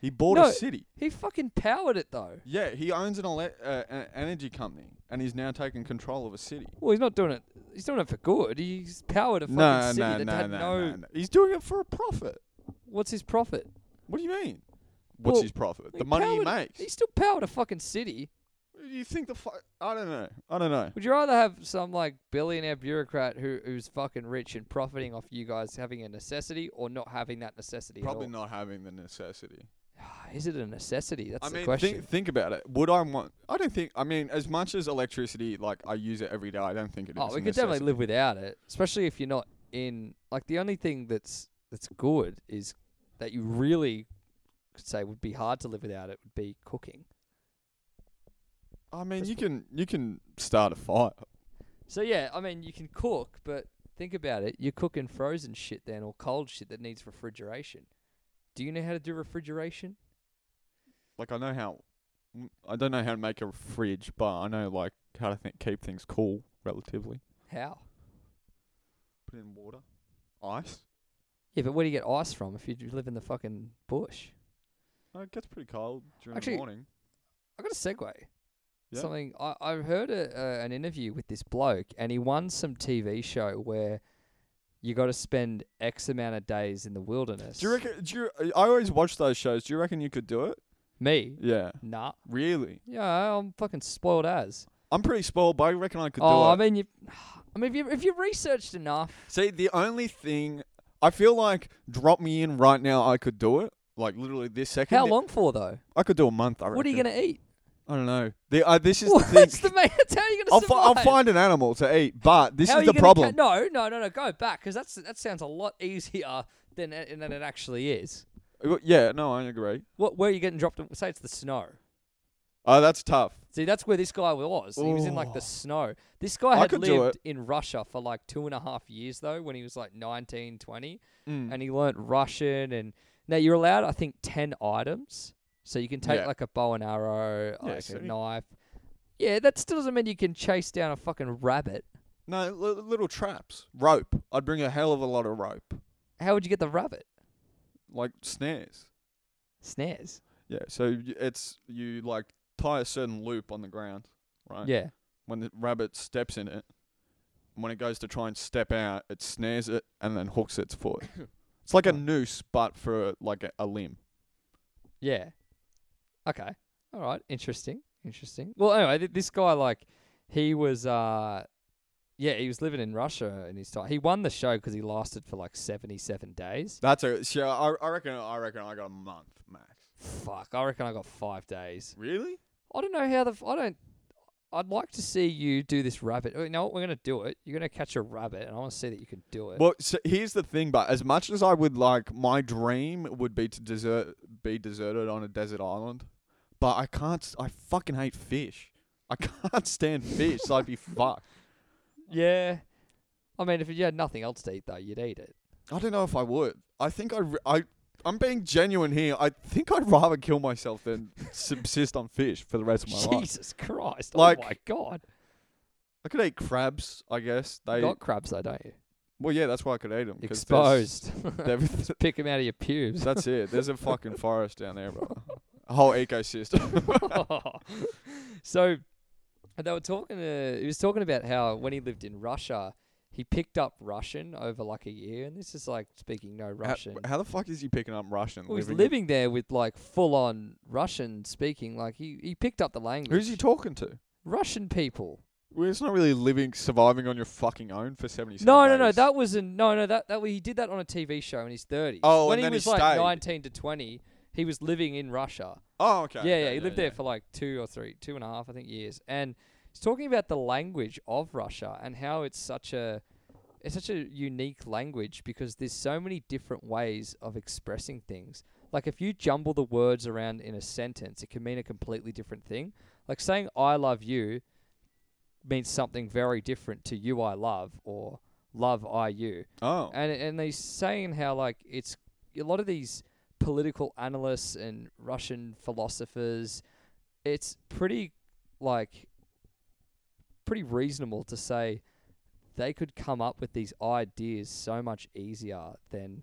S2: He bought
S1: No.
S2: a city.
S1: He fucking powered it though.
S2: Yeah, he owns an ele- uh, an energy company, and he's now taking control of a city.
S1: Well, he's not doing it. He's doing it for good. He's powered a fucking city that had no,
S2: He's doing it for a profit.
S1: What's his profit?
S2: What do you mean? What's
S1: Well,
S2: his profit?
S1: he
S2: The money he
S1: powered-
S2: makes.
S1: He still powered a fucking city.
S2: You think the fuck? I don't know. I don't know.
S1: Would you rather have some like billionaire bureaucrat who who's fucking rich and profiting off you guys having a necessity or not having that necessity? at
S2: Probably
S1: all? Ah,
S2: not having the necessity.
S1: Is it a necessity? That's
S2: I
S1: the
S2: mean,
S1: question.
S2: think, think about it. Would I want? I don't think. I mean, as much as electricity, like I use it every day. I don't think it is.
S1: oh,
S2: a
S1: we could definitely
S2: necessity.
S1: live without it, especially if you're not in. Like the only thing that's that's good is that you really could say would be hard to live without it would be cooking.
S2: I mean, you can you can start a fire.
S1: So yeah, I mean you can cook, but think about it. You're cooking frozen shit then or cold shit that needs refrigeration. Do you know how to do refrigeration?
S2: Like I know how. I don't know how to make a fridge, but I know like how to think, keep things cool relatively.
S1: How?
S2: Put in water, ice.
S1: Yeah, but where do you get ice from if you d- live in the fucking bush?
S2: Oh, it gets pretty cold during
S1: Actually,
S2: the morning.
S1: I got a segue.
S2: Yeah?
S1: Something I I heard a, uh, an interview with this bloke, and he won some TV show where you got to spend X amount of days in the wilderness.
S2: Do you reckon? Do you, I always watch those shows. Do you reckon you could do it?
S1: Me?
S2: Yeah.
S1: Nah.
S2: Really?
S1: Yeah, I'm fucking spoiled as. I'm
S2: I'm pretty spoiled, but I reckon I could
S1: oh,
S2: do it.
S1: I mean you. I mean, if you if you researched enough,
S2: See, the only thing I feel like drop me in right now, I could do it. Like literally this second.
S1: how long for though?
S2: I could do a month. I reckon.
S1: What are you gonna eat?
S2: I I don't know. The, uh, this is the thing.
S1: What's the main? How are you gonna
S2: I'll, fi-
S1: survive?
S2: I'll find an animal to eat, but this
S1: How
S2: is
S1: are you
S2: the
S1: gonna
S2: problem.
S1: Ca- no, no, no, no. Go back because that's that sounds a lot easier than it, than it actually is.
S2: Uh, yeah, no, I agree.
S1: What? Where are you getting dropped? in- Say it's the snow.
S2: Oh, that's tough.
S1: See, that's where this guy was. He was in like
S2: Oh.
S1: the snow. This guy
S2: I
S1: had
S2: could do
S1: lived in Russia for like two and a half years though, when he was like 19, 20,
S2: Mm.
S1: and he learnt Russian. And now you're allowed, I think, ten items. So you can take
S2: Yeah.
S1: like a bow and arrow,
S2: Yeah,
S1: like
S2: so-
S1: a knife. Yeah, that still doesn't mean you can chase down a fucking rabbit.
S2: No, li- little traps. Rope. I'd bring a hell of a lot of rope,
S1: How would you get the rabbit?
S2: like snares.
S1: Snares.
S2: Yeah, so y- it's you like tie a certain loop on the ground, right?
S1: Yeah.
S2: When the rabbit steps in it, when it goes to try and step out, it snares it and then hooks its foot. It's like a
S1: Right.
S2: noose, but for like a, a limb.
S1: Yeah. Okay. All right. Interesting. Interesting. Well, anyway, th- this guy, like, he was, uh, yeah, he was living in Russia in his time. He won the show because he lasted for like 77 days.
S2: That's a so I, I reckon. I reckon I got a month max.
S1: Fuck. I reckon I got five days.
S2: Really?
S1: I don't know how the, f- I don't, I'd like to see you do this rabbit. Oh, You know what? We're going to do it. You're going to catch a rabbit, and I want to see that you can do it.
S2: Well, so here's the thing, but as much as I would like, my dream would be to desert, be deserted on a desert island, but I can't. s- I fucking hate fish. I can't stand fish, so I'd be fucked.
S1: yeah. I mean, if you had nothing else to eat, though, you'd eat it.
S2: I don't know if I would. I think I, re- I, I'm being genuine here. I think I'd rather kill myself than subsist on fish for the rest of my life.
S1: Jesus Christ.
S2: Like-
S1: oh, my God.
S2: I could eat crabs, I guess.
S1: You
S2: They
S1: got crabs, though, don't you?
S2: well, yeah, that's why I could eat them.
S1: Exposed.
S2: That's
S1: Pick him out of your eh, pubes.
S2: it. There's a fucking forest down there, bro. A whole ecosystem.
S1: so they were talking to, he was talking about how when he lived in Russia, he picked up Russian over like a year, and this is like speaking no
S2: How-
S1: Russian.
S2: How, the fuck is he picking up Russian?
S1: Well, he's
S2: in-
S1: living there with like full on Russian speaking. Like he, he picked up the language.
S2: Who's he talking to?
S1: Russian people.
S2: Well, it's not really living, surviving on your fucking own for seventy.
S1: No, no, no. That was in no, no. That that he did that on a TV show in his thirties.
S2: Oh,
S1: when
S2: and
S1: he
S2: then he
S1: was like
S2: stayed.
S1: nineteen to twenty, he was living in Russia.
S2: Oh,
S1: yeah,
S2: okay. okay,
S1: yeah, he lived
S2: yeah.
S1: there for like two or three, two and a half, I think, years. And he's talking about the language of Russia and how it's such a it's such a unique language because there's so many different ways of expressing things. Like if you jumble the words around in a sentence, it can mean a completely different thing. Like saying I love you means something very different to you I love or love I you.
S2: Oh,
S1: And and they saying how like it's a lot of these political analysts and Russian philosophers, it's pretty like pretty reasonable to say they could come up with these ideas so much easier than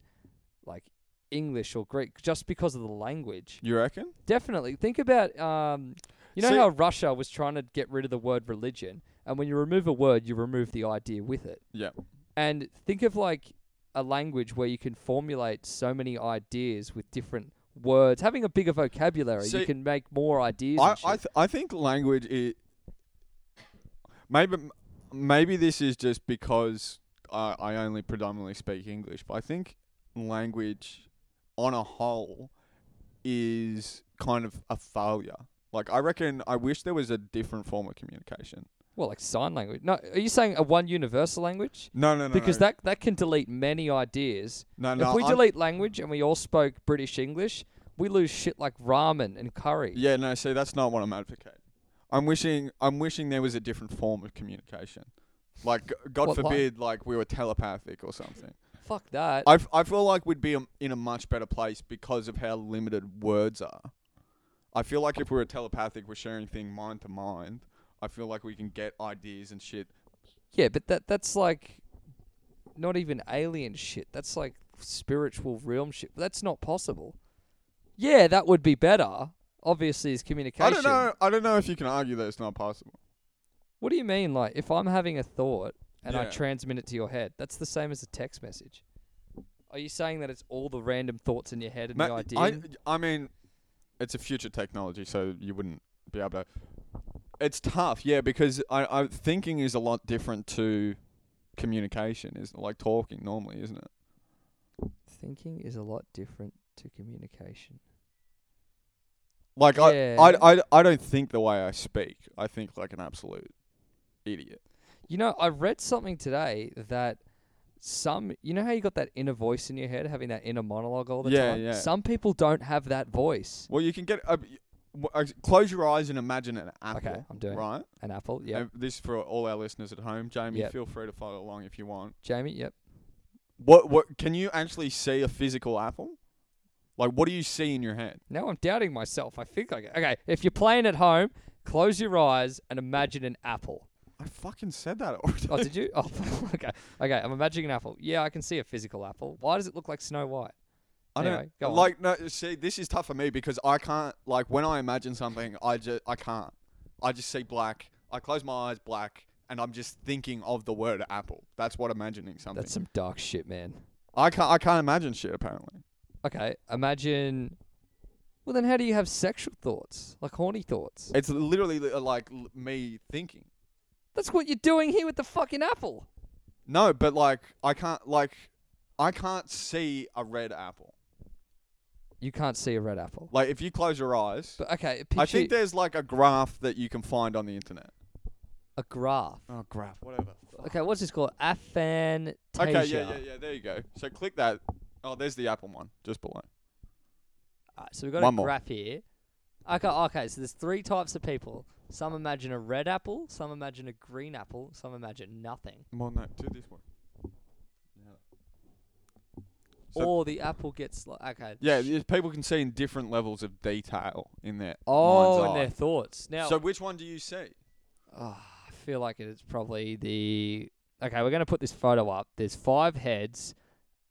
S1: like English or Greek just because of the language.
S2: you reckon?
S1: Definitely. Think about um you know
S2: See-
S1: how Russia was trying to get rid of the word religion and when you remove a word you remove the idea with it.
S2: Yeah.
S1: And think of like a language where you can formulate so many ideas with different words. Having a bigger vocabulary, you
S2: See,
S1: can make more ideas.
S2: I,
S1: and
S2: I,
S1: shit.
S2: th- I think language is maybe, maybe this is just because I, I only predominantly speak English, but I think language, on a whole, is kind of a failure. Like I reckon, I wish there was a different form of communication.
S1: well, like sign language. No, are you saying a one universal language?
S2: No, no, no.
S1: because
S2: no.
S1: that that can delete many ideas.
S2: no, no,
S1: if we
S2: I'm-
S1: delete language and we all spoke British English, we lose shit like ramen and curry.
S2: Yeah, no, see that's not what I'm advocating. I'm wishing I'm wishing there was a different form of communication. Like g- God
S1: What, like-
S2: forbid like we were telepathic or something.
S1: Fuck that.
S2: I, f- I feel like we'd be um, in a much better place because of how limited words are. I feel like if we were telepathic, we're sharing thing mind to mind. I feel like we can get ideas and shit.
S1: yeah, but that that's like not even alien shit. That's like spiritual realm shit. That's not possible. Yeah, that would be better. Obviously, is communication.
S2: I don't know. I don't know if you can argue that it's not possible.
S1: What do you mean? Like, if I'm having a thought and I
S2: Yeah.
S1: transmit it to your head, that's the same as a text message. Are you saying that it's all the random thoughts in your head and
S2: Ma-
S1: the idea?
S2: I I mean, it's a future technology, so you wouldn't be able to. It's tough, yeah, because I, I thinking is a lot different to communication, is like talking normally, isn't it?
S1: Thinking is a lot different to communication.
S2: Like
S1: Yeah.
S2: I, I, I, I don't think the way I speak. I think like an absolute idiot.
S1: You know, I read something today that some, you know how you got that inner voice in your head, having that inner monologue all the
S2: Yeah,
S1: time?
S2: yeah.
S1: Some people don't have that voice.
S2: Well, you can get. Uh, w- uh, close your eyes and imagine an apple.
S1: Okay, I'm doing it.
S2: Right.
S1: An apple, yeah.
S2: And this is for all our listeners at home. Jamie,
S1: Yep.
S2: feel free to follow along if you want.
S1: Jamie, yep.
S2: What what can you actually see a physical apple? Like what do you see in your head?
S1: Now I'm doubting myself. I think I Okay, if you're playing at home, close your eyes and imagine an apple.
S2: I fucking said that already.
S1: Oh, did you? Oh, okay. Okay, I'm imagining an apple. Yeah, I can see a physical apple. Why does it look like Snow White?
S2: I don't
S1: Anyway, go on.
S2: like no. See, this is tough for me because I can't like when I imagine something, I just I can't. I just see black. I close my eyes, black, and I'm just thinking of the word apple. That's what imagining something.
S1: That's some dark shit, man.
S2: I can't. I can't imagine shit. Apparently,
S1: Okay, imagine. Well, then how do you have sexual thoughts? Like horny thoughts?
S2: it's literally li- uh, like l- me thinking.
S1: That's what you're doing here with the fucking apple.
S2: No, but like I can't. Like I can't see a red apple.
S1: You can't see a red apple.
S2: Like if you close your eyes,
S1: But okay, picture
S2: I think there's like a graph that you can find on the internet.
S1: a graph.
S2: Oh, graph. Whatever.
S1: Okay, what's this called? Aphantasia.
S2: Okay. Yeah. Yeah. Yeah. There you go. So click that. Oh, there's the apple one just below.
S1: Alright, so we've got
S2: One
S1: a
S2: more.
S1: graph here. Okay, okay, so there's three types of people. Some imagine a red apple, some imagine a green apple, some imagine nothing.
S2: Well, no, do this one. So-
S1: or the apple gets like okay.
S2: Yeah, y- people can see in different levels of detail in their
S1: Oh, and
S2: mind's
S1: their
S2: eye.
S1: thoughts. Now
S2: So which one do you see?
S1: Ah, I feel like it's probably the okay. We're going to put this photo up. There's five heads,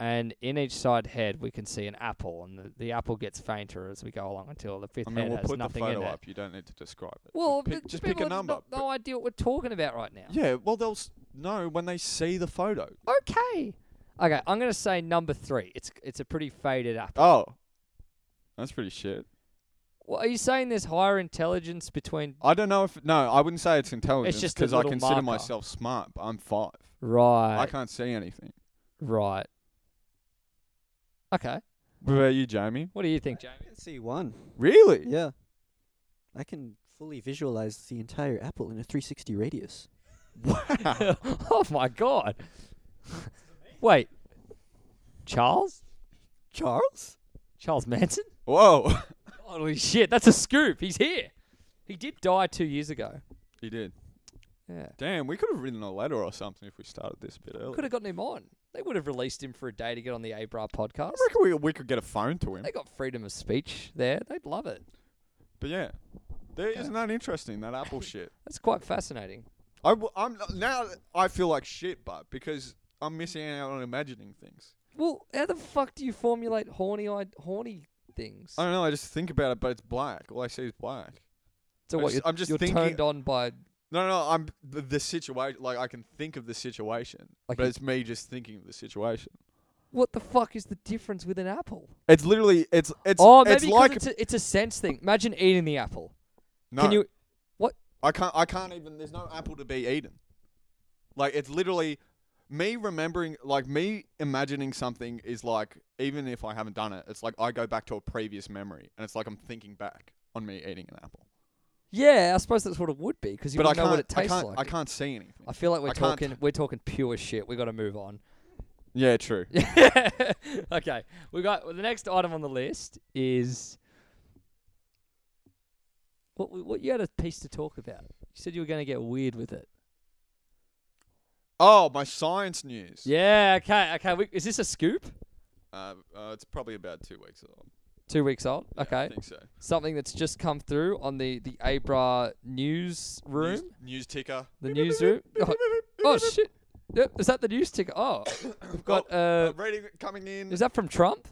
S1: and in each side head we can see an apple, and the, the apple gets fainter as we go along until the fifth
S2: I
S1: head
S2: mean, we'll
S1: has
S2: put the
S1: nothing in
S2: photo
S1: it.
S2: up. You don't need to describe it.
S1: Well,
S2: pick-
S1: but
S2: just pick a
S1: people have
S2: number,
S1: No, no idea what we're talking about right now.
S2: Yeah, well, they'll s- know when they see the photo.
S1: Okay. Okay, I'm going to say number three. It's it's a pretty faded apple.
S2: Oh, that's pretty shit.
S1: Well, are you saying there's higher intelligence between?
S2: I don't know if no, I wouldn't say it's intelligence
S1: just a
S2: because I
S1: little
S2: consider
S1: marker.
S2: myself smart. But I'm five. I
S1: Right.
S2: can't see anything.
S1: Right. Okay.
S2: What about you, Jamie?
S1: What do you think, Jamie?
S3: I can see one.
S2: Really?
S3: Yeah. I can fully visualize the entire apple in a 360 radius.
S2: Wow.
S1: oh my god. Wait. Charles?
S3: Charles?
S1: Charles Manson?
S2: Whoa.
S1: Holy shit, that's a scoop. He's here. He did die two years ago.
S2: he did.
S1: Yeah.
S2: Damn, we could have written a letter or something if we started this a bit earlier.
S1: Could have gotten him on. They would have released him for a day to get on the Abra podcast.
S2: I reckon we, we could get a phone to him.
S1: They got freedom of speech there. They'd love it.
S2: But yeah, there,
S1: Yeah.
S2: isn't that interesting? That Apple shit.
S1: That's quite fascinating.
S2: I, am now I feel like shit, but because I'm missing out on imagining things.
S1: Well, how the fuck do you formulate horny eyed horny things?
S2: I don't know. I just think about it, but it's black. All I see is black.
S1: so
S2: I
S1: what
S2: just-
S1: you're,
S2: I'm just
S1: you're
S2: thinking-
S1: turned on by
S2: No, no. I'm the, the situation. Like I can think of the situation,
S1: Like
S2: but
S1: you-
S2: it's me just thinking of the situation.
S1: what the fuck is the difference with an apple?
S2: It's literally. It's it's.
S1: oh, maybe
S2: it's
S1: 'cause
S2: like
S1: it's, a, it's a sense thing. Imagine eating the apple.
S2: no.
S1: Can you
S2: I can't. I can't even. There's no apple to be eaten. Like it's literally me remembering. Like me imagining something is like even if I haven't done it, it's like I go back to a previous memory, and it's like I'm thinking back on me eating an apple.
S1: Yeah, I suppose that's what it would be because you
S2: but I
S1: wouldn't
S2: can't.
S1: know what it tastes
S2: I can't.
S1: like.
S2: I can't see anything.
S1: I feel like we're
S2: I can't-
S1: talking we're talking pure shit. We got to move on.
S2: yeah, true.
S1: okay, we got well, the next item on the list is what we- what you had a piece to talk about. You said you were going to get weird with it.
S2: Oh, my science news.
S1: Yeah. Okay. Okay. We, is this a scoop?
S2: Uh, uh, it's probably about two weeks old.
S1: Two weeks old.
S2: Yeah, I
S1: okay.
S2: think so.
S1: Something that's just come through on the the Abra news room.
S2: News, news ticker.
S1: The news room. Oh, oh shit. Yep, is that the news ticker? Oh, we've got. Uh,
S2: Uh, reading coming in.
S1: is that from Trump?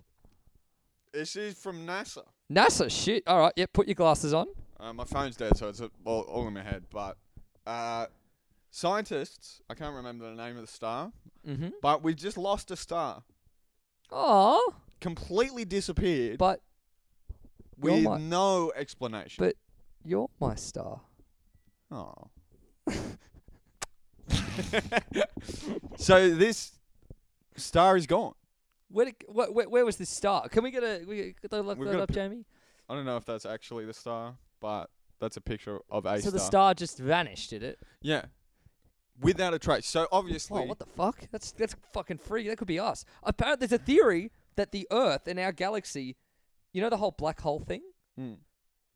S2: This is from NASA.
S1: NASA shit. All right, yeah, put your glasses on.
S2: Uh, my phone's dead, so it's uh, all, all in my head. But uh, scientists, I can't remember the name of the star,
S1: Mm-hmm.
S2: but we've just lost a star.
S1: Oh,
S2: Completely disappeared
S1: but
S2: with
S1: my-
S2: no explanation.
S1: but you're my star.
S2: oh. so this star is gone.
S1: Where, did, where, where where was this star? Can we get a we get that up,
S2: We've
S1: that
S2: got a
S1: up
S2: pic-
S1: Jamie?
S2: I don't know if that's actually the star, but that's a picture of a
S1: So
S2: star.
S1: the star just vanished, did it?
S2: yeah. Without a trace. So
S1: Whoa,
S2: obviously,
S1: Oh, what the fuck? That's that's fucking free. That could be us. Apparently, there's a theory that the Earth and our galaxy, you know, the whole black hole thing.
S2: Mm.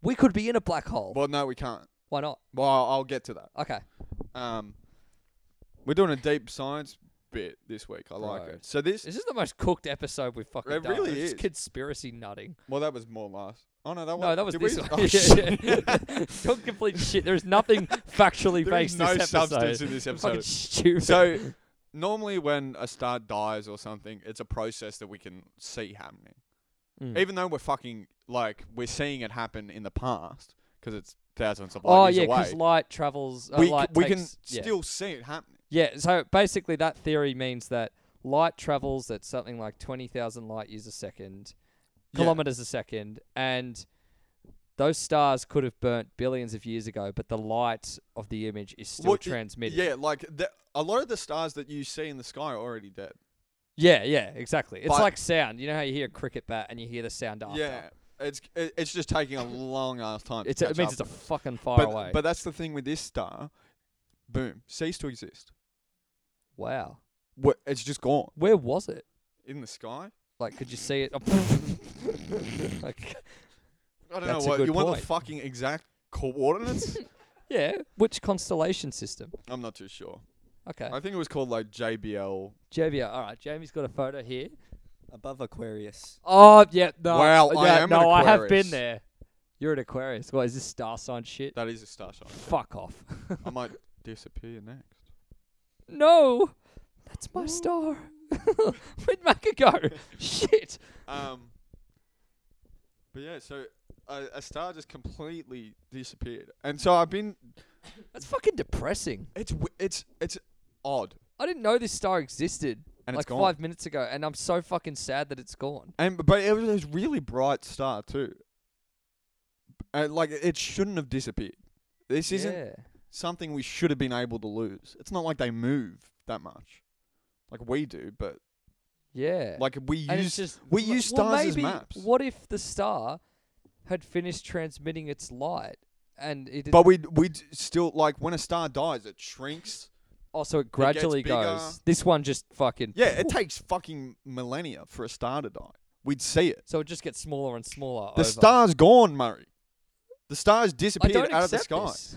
S1: We could be in a black hole.
S2: well, no, we can't.
S1: Why not?
S2: Well, I'll, I'll get to that.
S1: Okay.
S2: Um, we're doing a deep science bit this week. I like
S1: Right.
S2: it. So this,
S1: This is the most cooked episode we've fucking
S2: It
S1: done.
S2: really
S1: It's
S2: is.
S1: conspiracy nutting.
S2: well, that was more last. Oh no, that was
S1: No, that was
S2: did
S1: this
S2: we-
S1: one.
S2: Oh,
S1: Yeah,
S2: shit.
S1: yeah. Don't complete shit. There's nothing factually
S2: There
S1: based
S2: is no
S1: this episode.
S2: substance in this
S1: Fucking
S2: episode.
S1: stupid.
S2: so normally when a star dies or something, it's a process that we can see happening.
S1: Mm.
S2: Even though we're fucking like we're seeing it happen in the past because it's thousands of light
S1: oh
S2: years
S1: yeah,
S2: away.
S1: because light travels. Uh,
S2: we c-
S1: light
S2: we
S1: takes-
S2: can
S1: yeah.
S2: still see it happening.
S1: Yeah, so basically that theory means that light travels at something like 20,000 light years a second,
S2: Yeah.
S1: kilometers a second, and those stars could have burnt billions of years ago, but the light of the image is still
S2: Well, y-
S1: transmitted.
S2: Yeah, like the, a lot of the stars that you see in the sky are already dead.
S1: yeah, yeah, exactly. It's
S2: But-
S1: like sound. You know how you hear a cricket bat and you hear the sound after?
S2: Yeah, it's it, it's just taking a long ass time. to
S1: It's a, it
S2: catch
S1: means
S2: up.
S1: it's a fucking far
S2: but,
S1: away.
S2: But that's the thing with this star, boom, ceased to exist.
S1: wow.
S2: What? It's just gone
S1: Where was it?
S2: in the sky.
S1: Like, could you see it? Oh. like,
S2: I don't
S1: That's a
S2: know what
S1: good
S2: you want
S1: point.
S2: the fucking exact coordinates.
S1: yeah, which constellation system?
S2: I'm not too sure.
S1: Okay.
S2: I think it was called like JBL.
S1: Jamie, all right. Jamie's got a photo here.
S3: Above Aquarius.
S1: Oh yeah, no.
S2: Wow,
S1: yeah,
S2: I am an
S1: no, I have been
S2: Aquarius.
S1: there. You're an Aquarius. What is this star sign shit?
S2: That is a star sign.
S1: Fuck off.
S2: I might disappear next.
S1: no, that's my star. Where'd Maka go? shit.
S2: Um. But yeah, so a, a star just completely disappeared, and so I've been.
S1: That's fucking depressing.
S2: It's w- it's it's odd,
S1: I didn't know this star existed
S2: and
S1: like
S2: it's gone.
S1: five minutes ago, and I'm so fucking sad that it's gone.
S2: And but it was a really bright star too. And like it shouldn't have disappeared. This isn't
S1: Yeah.
S2: something we should have been able to lose. It's not like they move that much, like we do. But
S1: Yeah.
S2: like we
S1: and it's
S2: use
S1: just
S2: we
S1: well,
S2: use
S1: well,
S2: stars as
S1: maybe
S2: maps.
S1: What if the star had finished transmitting its light? And it had
S2: But we we still like when a star dies, it shrinks.
S1: Oh, so it gradually
S2: bigger.
S1: goes. This one just fucking.
S2: Yeah, it takes fucking millennia for a star to die. We'd see it.
S1: So it just gets smaller and smaller.
S2: The
S1: over.
S2: star's gone, Murray. The star's
S1: I
S2: disappeared
S1: don't
S2: out of the
S1: accept
S2: sky.
S1: this.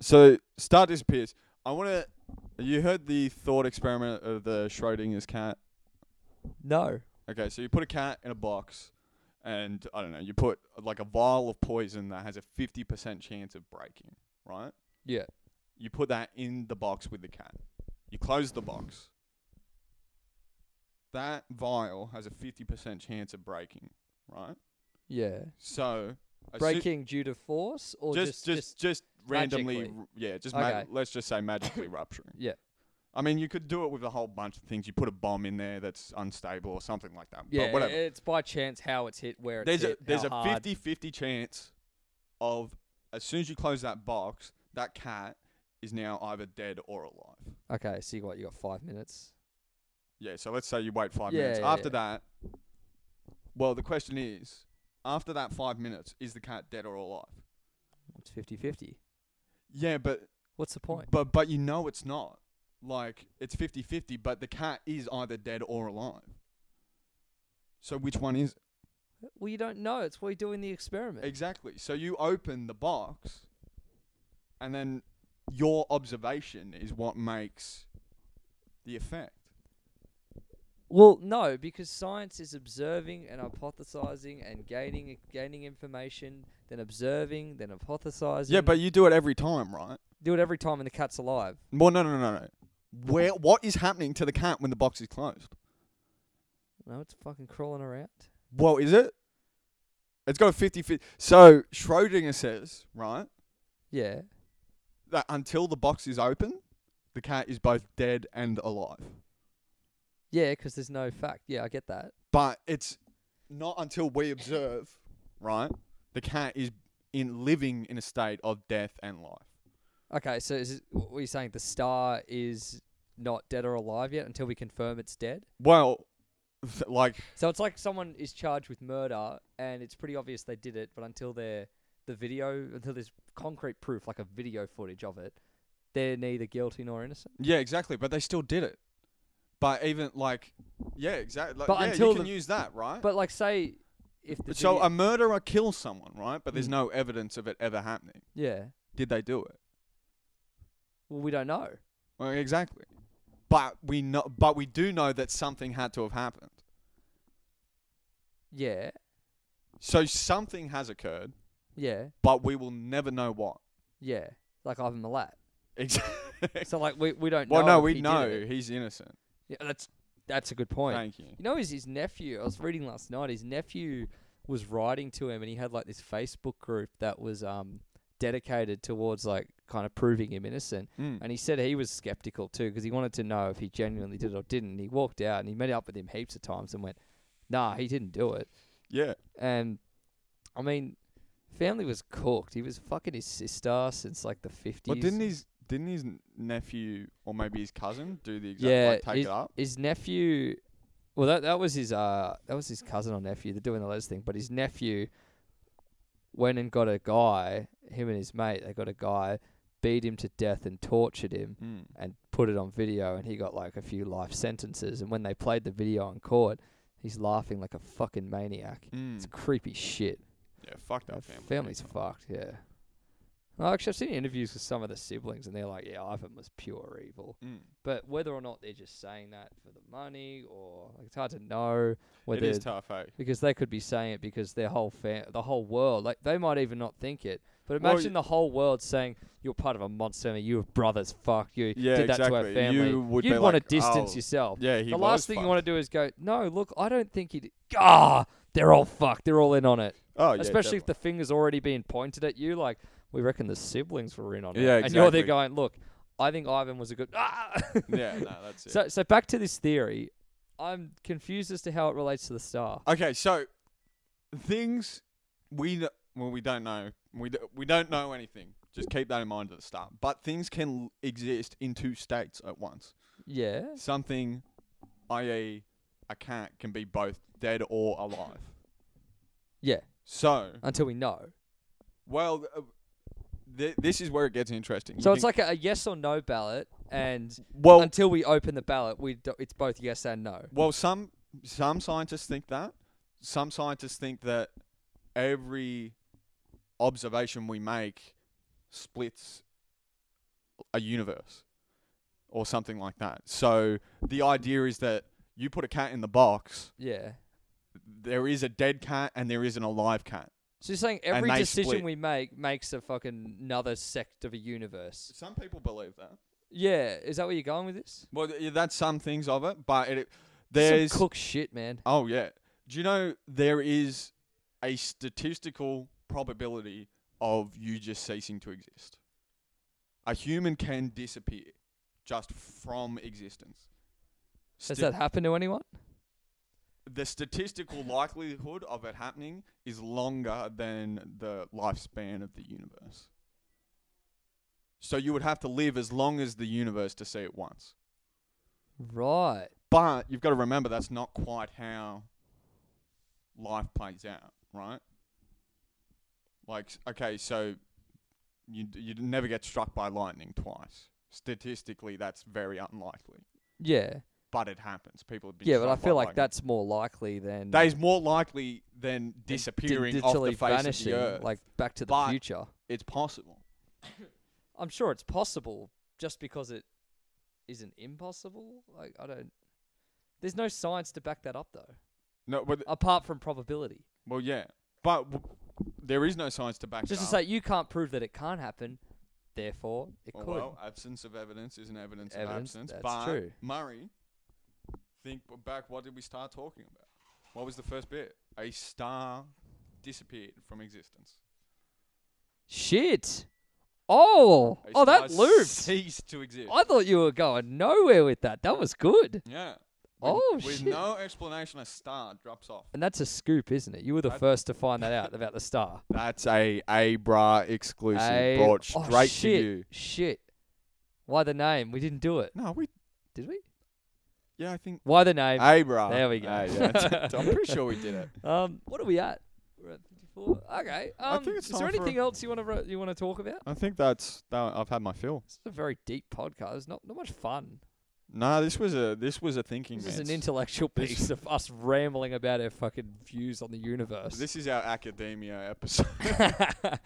S2: So star disappears. I want to. You heard the thought experiment of the Schrodinger's cat.
S1: no.
S2: Okay, so you put a cat in a box, and I don't know, you put like a vial of poison that has a fifty percent chance of breaking. Right?
S1: Yeah.
S2: You put that in the box with the cat. You close the box. That vial has a fifty percent chance of breaking. Right?
S1: Yeah.
S2: So as soo-
S1: Breaking due to force or
S2: just,
S1: just
S2: just, just, randomly,
S1: magically?
S2: r- yeah, just ma-
S1: Okay.
S2: let's just say magically rupturing.
S1: Yeah.
S2: I mean, you could do it with a whole bunch of things. You put a bomb in there that's unstable or something like that.
S1: yeah.
S2: but whatever.
S1: It's by chance how it's hit, where it's
S2: there's
S1: hit,
S2: a there's
S1: how
S2: a
S1: hard.
S2: 50-50 chance of as soon as you close that box, that cat is now either dead or alive.
S1: Okay. See what you got. Five minutes.
S2: Yeah. So let's say you wait five
S1: Yeah,
S2: minutes.
S1: yeah,
S2: after
S1: yeah.
S2: that, well, the question is, after that five minutes, is the cat dead or alive?
S1: It's 50-50.
S2: Yeah, but
S1: What's the point?
S2: But but you know it's not. Like it's 50-50, but the cat is either dead or alive. So which one is it?
S1: Well, you don't know. It's why you're doing the experiment.
S2: exactly? So you open the box, and then your observation is what makes the effect.
S1: Well, no, because science is observing and hypothesizing and gaining gaining information, then observing, then hypothesizing.
S2: Yeah, but you do it every time, right?
S1: do it every time and the cat's alive.
S2: Well, no, no, no, no. Where what is happening to the cat when the box is closed?
S1: No, it's fucking crawling around.
S2: Well, is it? It's got a 50-50. So Schrodinger says, right?
S1: Yeah.
S2: that until the box is open, the cat is both dead and alive.
S1: Yeah, 'cause there's no fact. Yeah, I get that.
S2: But it's not until we observe, right? The cat is in living in a state of death and life.
S1: Okay, so is it, what are you saying? The star is not dead or alive yet until we confirm it's dead?
S2: Well, th- like
S1: So it's like someone is charged with murder, and it's pretty obvious they did it, but until they're the video, until there's concrete proof, like a video footage of it, they're neither guilty nor innocent.
S2: yeah, exactly. But they still did it. But even like yeah, exactly. Like,
S1: But
S2: yeah,
S1: until
S2: you can
S1: the-
S2: use that, right?
S1: But like, say if the
S2: so um,
S1: video-
S2: a murderer kills someone, right? But there's
S1: Mm.
S2: no evidence of it ever happening.
S1: yeah,
S2: Did they do it?
S1: well, we don't know.
S2: Well, exactly. But we know, but we do know that something had to have happened.
S1: Yeah,
S2: So something has occurred,
S1: yeah,
S2: but we will never know what.
S1: yeah. Like Ivan Milat.
S2: Exactly.
S1: So like, we we don't.
S2: well,
S1: know
S2: no,
S1: if
S2: we
S1: he did
S2: know
S1: it.
S2: he's innocent.
S1: Yeah, that's that's a good point.
S2: Thank you.
S1: You know, his his nephew. I was reading last night. His nephew was writing to him, and he had like this Facebook group that was um dedicated towards like kind of proving him innocent.
S2: Mm.
S1: And he said he was skeptical too because he wanted to know if he genuinely did it or didn't. And he walked out and he met up with him heaps of times and went, "Nah, he didn't do it."
S2: Yeah,
S1: And I mean, family was cooked. He was fucking his sister since like the fifties.
S2: but didn't his didn't his n- nephew or maybe his cousin do the exact
S1: Yeah,
S2: like, take
S1: he's-
S2: it up?
S1: his nephew well that that was his uh that was his cousin or nephew they're doing the les thing but his nephew went and got a guy him and his mate they got a guy beat him to death and tortured him
S2: Mm.
S1: and put it on video and he got like a few life sentences and when they played the video in court he's laughing like a fucking maniac it's
S2: Mm.
S1: creepy shit
S2: Yeah, fucked
S1: Hmm. That
S2: up family. Mm.
S1: family's fucked yeah well, actually i've seen interviews with some of the siblings and they're like yeah ivan was pure evil
S2: Mm.
S1: but whether or not they're just saying that for the money or like, it's hard to know
S2: It
S1: whether
S2: is tough, eh?
S1: because they could be saying it because their whole fam- the whole world like they might even not think it. But
S2: Well,
S1: imagine the whole world saying you're part of a monster and you have brothers, fuck you
S2: Yeah,
S1: did that to our
S2: exactly.
S1: family.
S2: You would
S1: You'd
S2: be
S1: want to
S2: like,
S1: distance
S2: "Oh,
S1: yourself.
S2: Yeah, he
S1: the
S2: was
S1: last thing you want
S2: fucked.
S1: to do is go, no, look, I don't think he did. Ah, they're all fucked. They're all in on it.
S2: Oh, yeah,
S1: Especially if
S2: definitely.
S1: the finger's already being pointed at you, like we reckon the siblings were in on it.
S2: Yeah,
S1: And you're there
S2: exactly.
S1: going, look, I think Ivan was a good. Ah!
S2: yeah, no, that's it.
S1: So, so back to this theory, I'm confused as to how it relates to the star.
S2: Okay, so things we kn- well we don't know we d- we don't know anything. Just keep that in mind at the start. But things can l- exist in two states at once.
S1: yeah,
S2: Something, i.e., a cat can be both dead or alive.
S1: yeah.
S2: So,
S1: Until we know,
S2: well, uh, th- this is where it gets interesting. You
S1: so it's
S2: can-
S1: like a, a yes or no ballot, and
S2: well,
S1: until we open the ballot, we do, it's both yes and no.
S2: Well, some some scientists think that. Some scientists think that every observation we make splits a universe or something like that. So the idea is that you put a cat in the box,
S1: Yeah.
S2: there is a dead cat and there is an alive cat.
S1: So you're saying
S2: And
S1: every
S2: they
S1: decision
S2: split.
S1: we make makes a fucking another sect of a universe.
S2: Some people believe that.
S1: Yeah, is that where you're going with this?
S2: Well, th- yeah, that's some things of it, but it,
S1: There's
S2: there's
S1: Some cook shit, man.
S2: Oh yeah. Do you know there is a statistical probability of you just ceasing to exist? A human can disappear just from existence.
S1: Has
S2: Sti-
S1: that happened to anyone?
S2: the statistical likelihood of it happening is longer than the lifespan of the universe. So you would have to live as long as the universe to see it once.
S1: Right.
S2: But you've got to remember that's not quite how life plays out, right? Like, s- okay, so you d- you never get struck by lightning twice. Statistically, that's very unlikely,
S1: Yeah.
S2: but it happens. People have been
S1: Yeah, but I
S2: struck by
S1: feel like
S2: lightning.
S1: that's more likely than
S2: that is more likely than
S1: than
S2: disappearing off the
S1: digitally
S2: face
S1: vanishing,
S2: of the earth.
S1: like Back to the
S2: But-
S1: Future.
S2: it's possible.
S1: I'm sure it's possible just because it isn't impossible. Like I don't There's no science to back that up though,
S2: No, but
S1: apart from probability.
S2: well, yeah, but w- there is no science to back it
S1: Just to
S2: up.
S1: say you can't prove that it can't happen, therefore it
S2: Well,
S1: could.
S2: Oh, well, absence of evidence is an evidence,
S1: Evidence,
S2: of absence.
S1: that's
S2: but
S1: true.
S2: Murray, think b- back. What did we start talking about? What was the first bit? A star disappeared from existence.
S1: Shit. Oh,
S2: A
S1: oh, that
S2: star
S1: looped.
S2: ceased to exist.
S1: I thought you were going nowhere with that. That was good.
S2: yeah. With-
S1: Oh
S2: with
S1: shit.
S2: no explanation, a star drops off.
S1: And that's a scoop, isn't it? You were the
S2: I-
S1: first to find that out about the star.
S2: That's a Abra exclusive
S1: Hey,
S2: brought
S1: oh,
S2: straight
S1: shit,
S2: to you.
S1: Shit. Why the name? We didn't do it,
S2: No, we
S1: did we?
S2: Yeah, I think.
S1: Why the name?
S2: Abra.
S1: There we go.
S2: Ah, yeah. I'm pretty sure we did it.
S1: Um, what are we at? We're at 54. Okay. Um,
S2: think it's
S1: is there
S2: time for
S1: anything else you want to you want to talk about?
S2: I think that's that. I've had my fill.
S1: This is a very deep podcast. Not not much fun.
S2: Nah, this was a this was a thinking.
S1: This is an
S2: man's.
S1: intellectual
S2: This-
S1: piece of us rambling about our fucking views on the universe.
S2: This is our academia episode.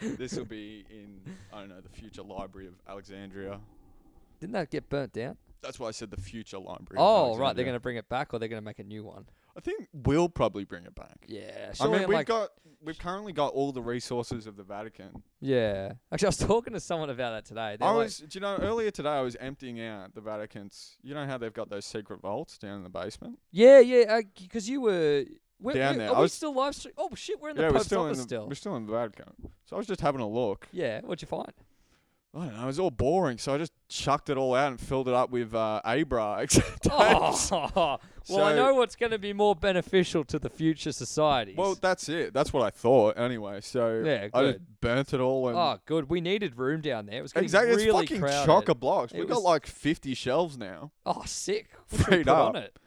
S2: this will be in I don't know the future library of Alexandria.
S1: Didn't that get burnt down?
S2: That's why I said the future library.
S1: Oh, right. They're going to bring it back, or they're going to make a new one.
S2: to. I think we'll probably bring it back.
S1: Yeah.
S2: I
S1: surely
S2: mean,
S1: it,
S2: we've
S1: like,
S2: got we've currently got all the resources of the Vatican.
S1: Yeah. Actually, I was talking to someone about that today. They're
S2: I
S1: like-
S2: was, do you know, earlier today I was emptying out the Vatican's. You know how they've got those secret vaults down in the basement.
S1: yeah, yeah. Because you were. We're,
S2: Down
S1: we're-
S2: there.
S1: Are
S2: I
S1: we
S2: was-
S1: still live stream? Oh, shit. We're in the
S2: yeah, we're
S1: Pope's
S2: still in
S1: office
S2: the
S1: still.
S2: we're still in the Vatican. So I was just having a look.
S1: Yeah. What'd you find?
S2: I don't know. It was all boring, so I just chucked it all out and filled it up with uh, Abra. tapes.
S1: Oh, well, I
S2: So-
S1: know what's going to be more beneficial to the future societies.
S2: Well, that's it. That's what I thought anyway. So
S1: Yeah,
S2: I
S1: good.
S2: just burnt it all and
S1: oh, good. We needed room down there. It was getting
S2: um, exactly.
S1: really
S2: it's fucking
S1: crowded.
S2: chock a blocks.
S1: It
S2: We've
S1: was-
S2: got like fifty shelves now.
S1: Oh, sick. What should we
S2: Straight
S1: put on
S2: up.
S1: it?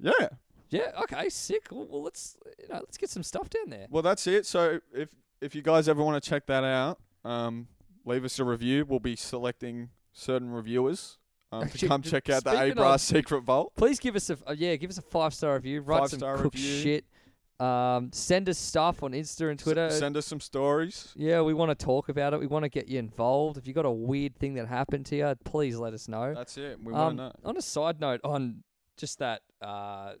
S2: Yeah.
S1: Yeah. Okay. Sick. Well, well, let's you know, let's get some stuff down there.
S2: Well, that's it. So if if you guys ever want to check that out, um, leave us a review. We'll be selecting certain reviewers um, to
S1: Actually,
S2: come
S1: d-
S2: check out the
S1: speaking
S2: Abra
S1: of-
S2: Secret Vault.
S1: Please give us a uh, yeah, give us a five star review. Write
S2: Five-star
S1: some cook
S2: review.
S1: shit. Um, send us stuff on Insta and
S2: S-
S1: Twitter.
S2: send us some stories.
S1: yeah, we want to talk about it. We want to get you involved. If you got a weird thing that happened to you, please let us know.
S2: That's it. We
S1: Um,
S2: want to know.
S1: On a side note, on just that, uh,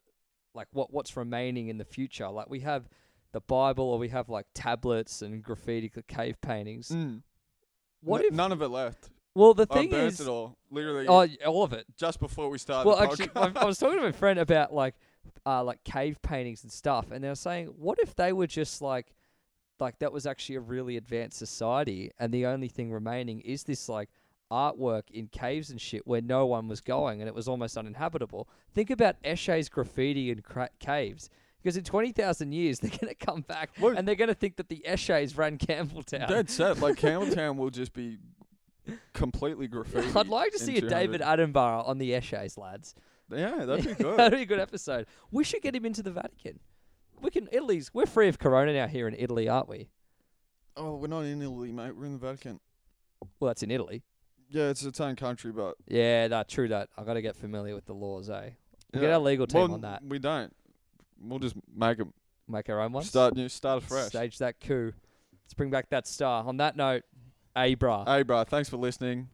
S1: like what what's remaining in the future. Like we have the Bible, or we have like tablets and graffiti c- cave paintings. What
S2: Mm. N-
S1: if?
S2: none of it left?
S1: Well, the
S2: I
S1: thing
S2: burnt
S1: is,
S2: it all. Literally,
S1: oh, y- all of it.
S2: just before we started.
S1: Well,
S2: the
S1: actually, I,
S2: podcast.
S1: I was talking to my friend about like, uh, like cave paintings and stuff, and they were saying, what if they were just like, like that was actually a really advanced society, and the only thing remaining is this like artwork in caves and shit where no one was going, and it was almost uninhabitable. Think about Eshe's graffiti in cra- caves. Because in 20,000 years, they're going to come back
S2: Well-
S1: and they're going to think that the Eshays ran Campbelltown.
S2: Dead set. Like Campbelltown will just be completely graffiti.
S1: I'd like to see a David Attenborough on the Eshays, lads.
S2: Yeah, that'd be
S1: That'd
S2: good.
S1: be a good episode. We should get him into the Vatican. We can Italy's we're free of corona now here in Italy, aren't we?
S2: oh, we're not in Italy, mate. We're in the Vatican.
S1: Well, that's in Italy.
S2: Yeah, it's its own country, but
S1: Yeah, that true that. I got to get familiar with the laws, eh? We'll get
S2: Yeah.
S1: our legal team
S2: Well,
S1: on that.
S2: We don't. We'll just make 'em
S1: Make our own ones.
S2: start new, start fresh.
S1: Stage that coup. Let's bring back that star. On that note, Abra.
S2: Hey, bro, thanks for listening.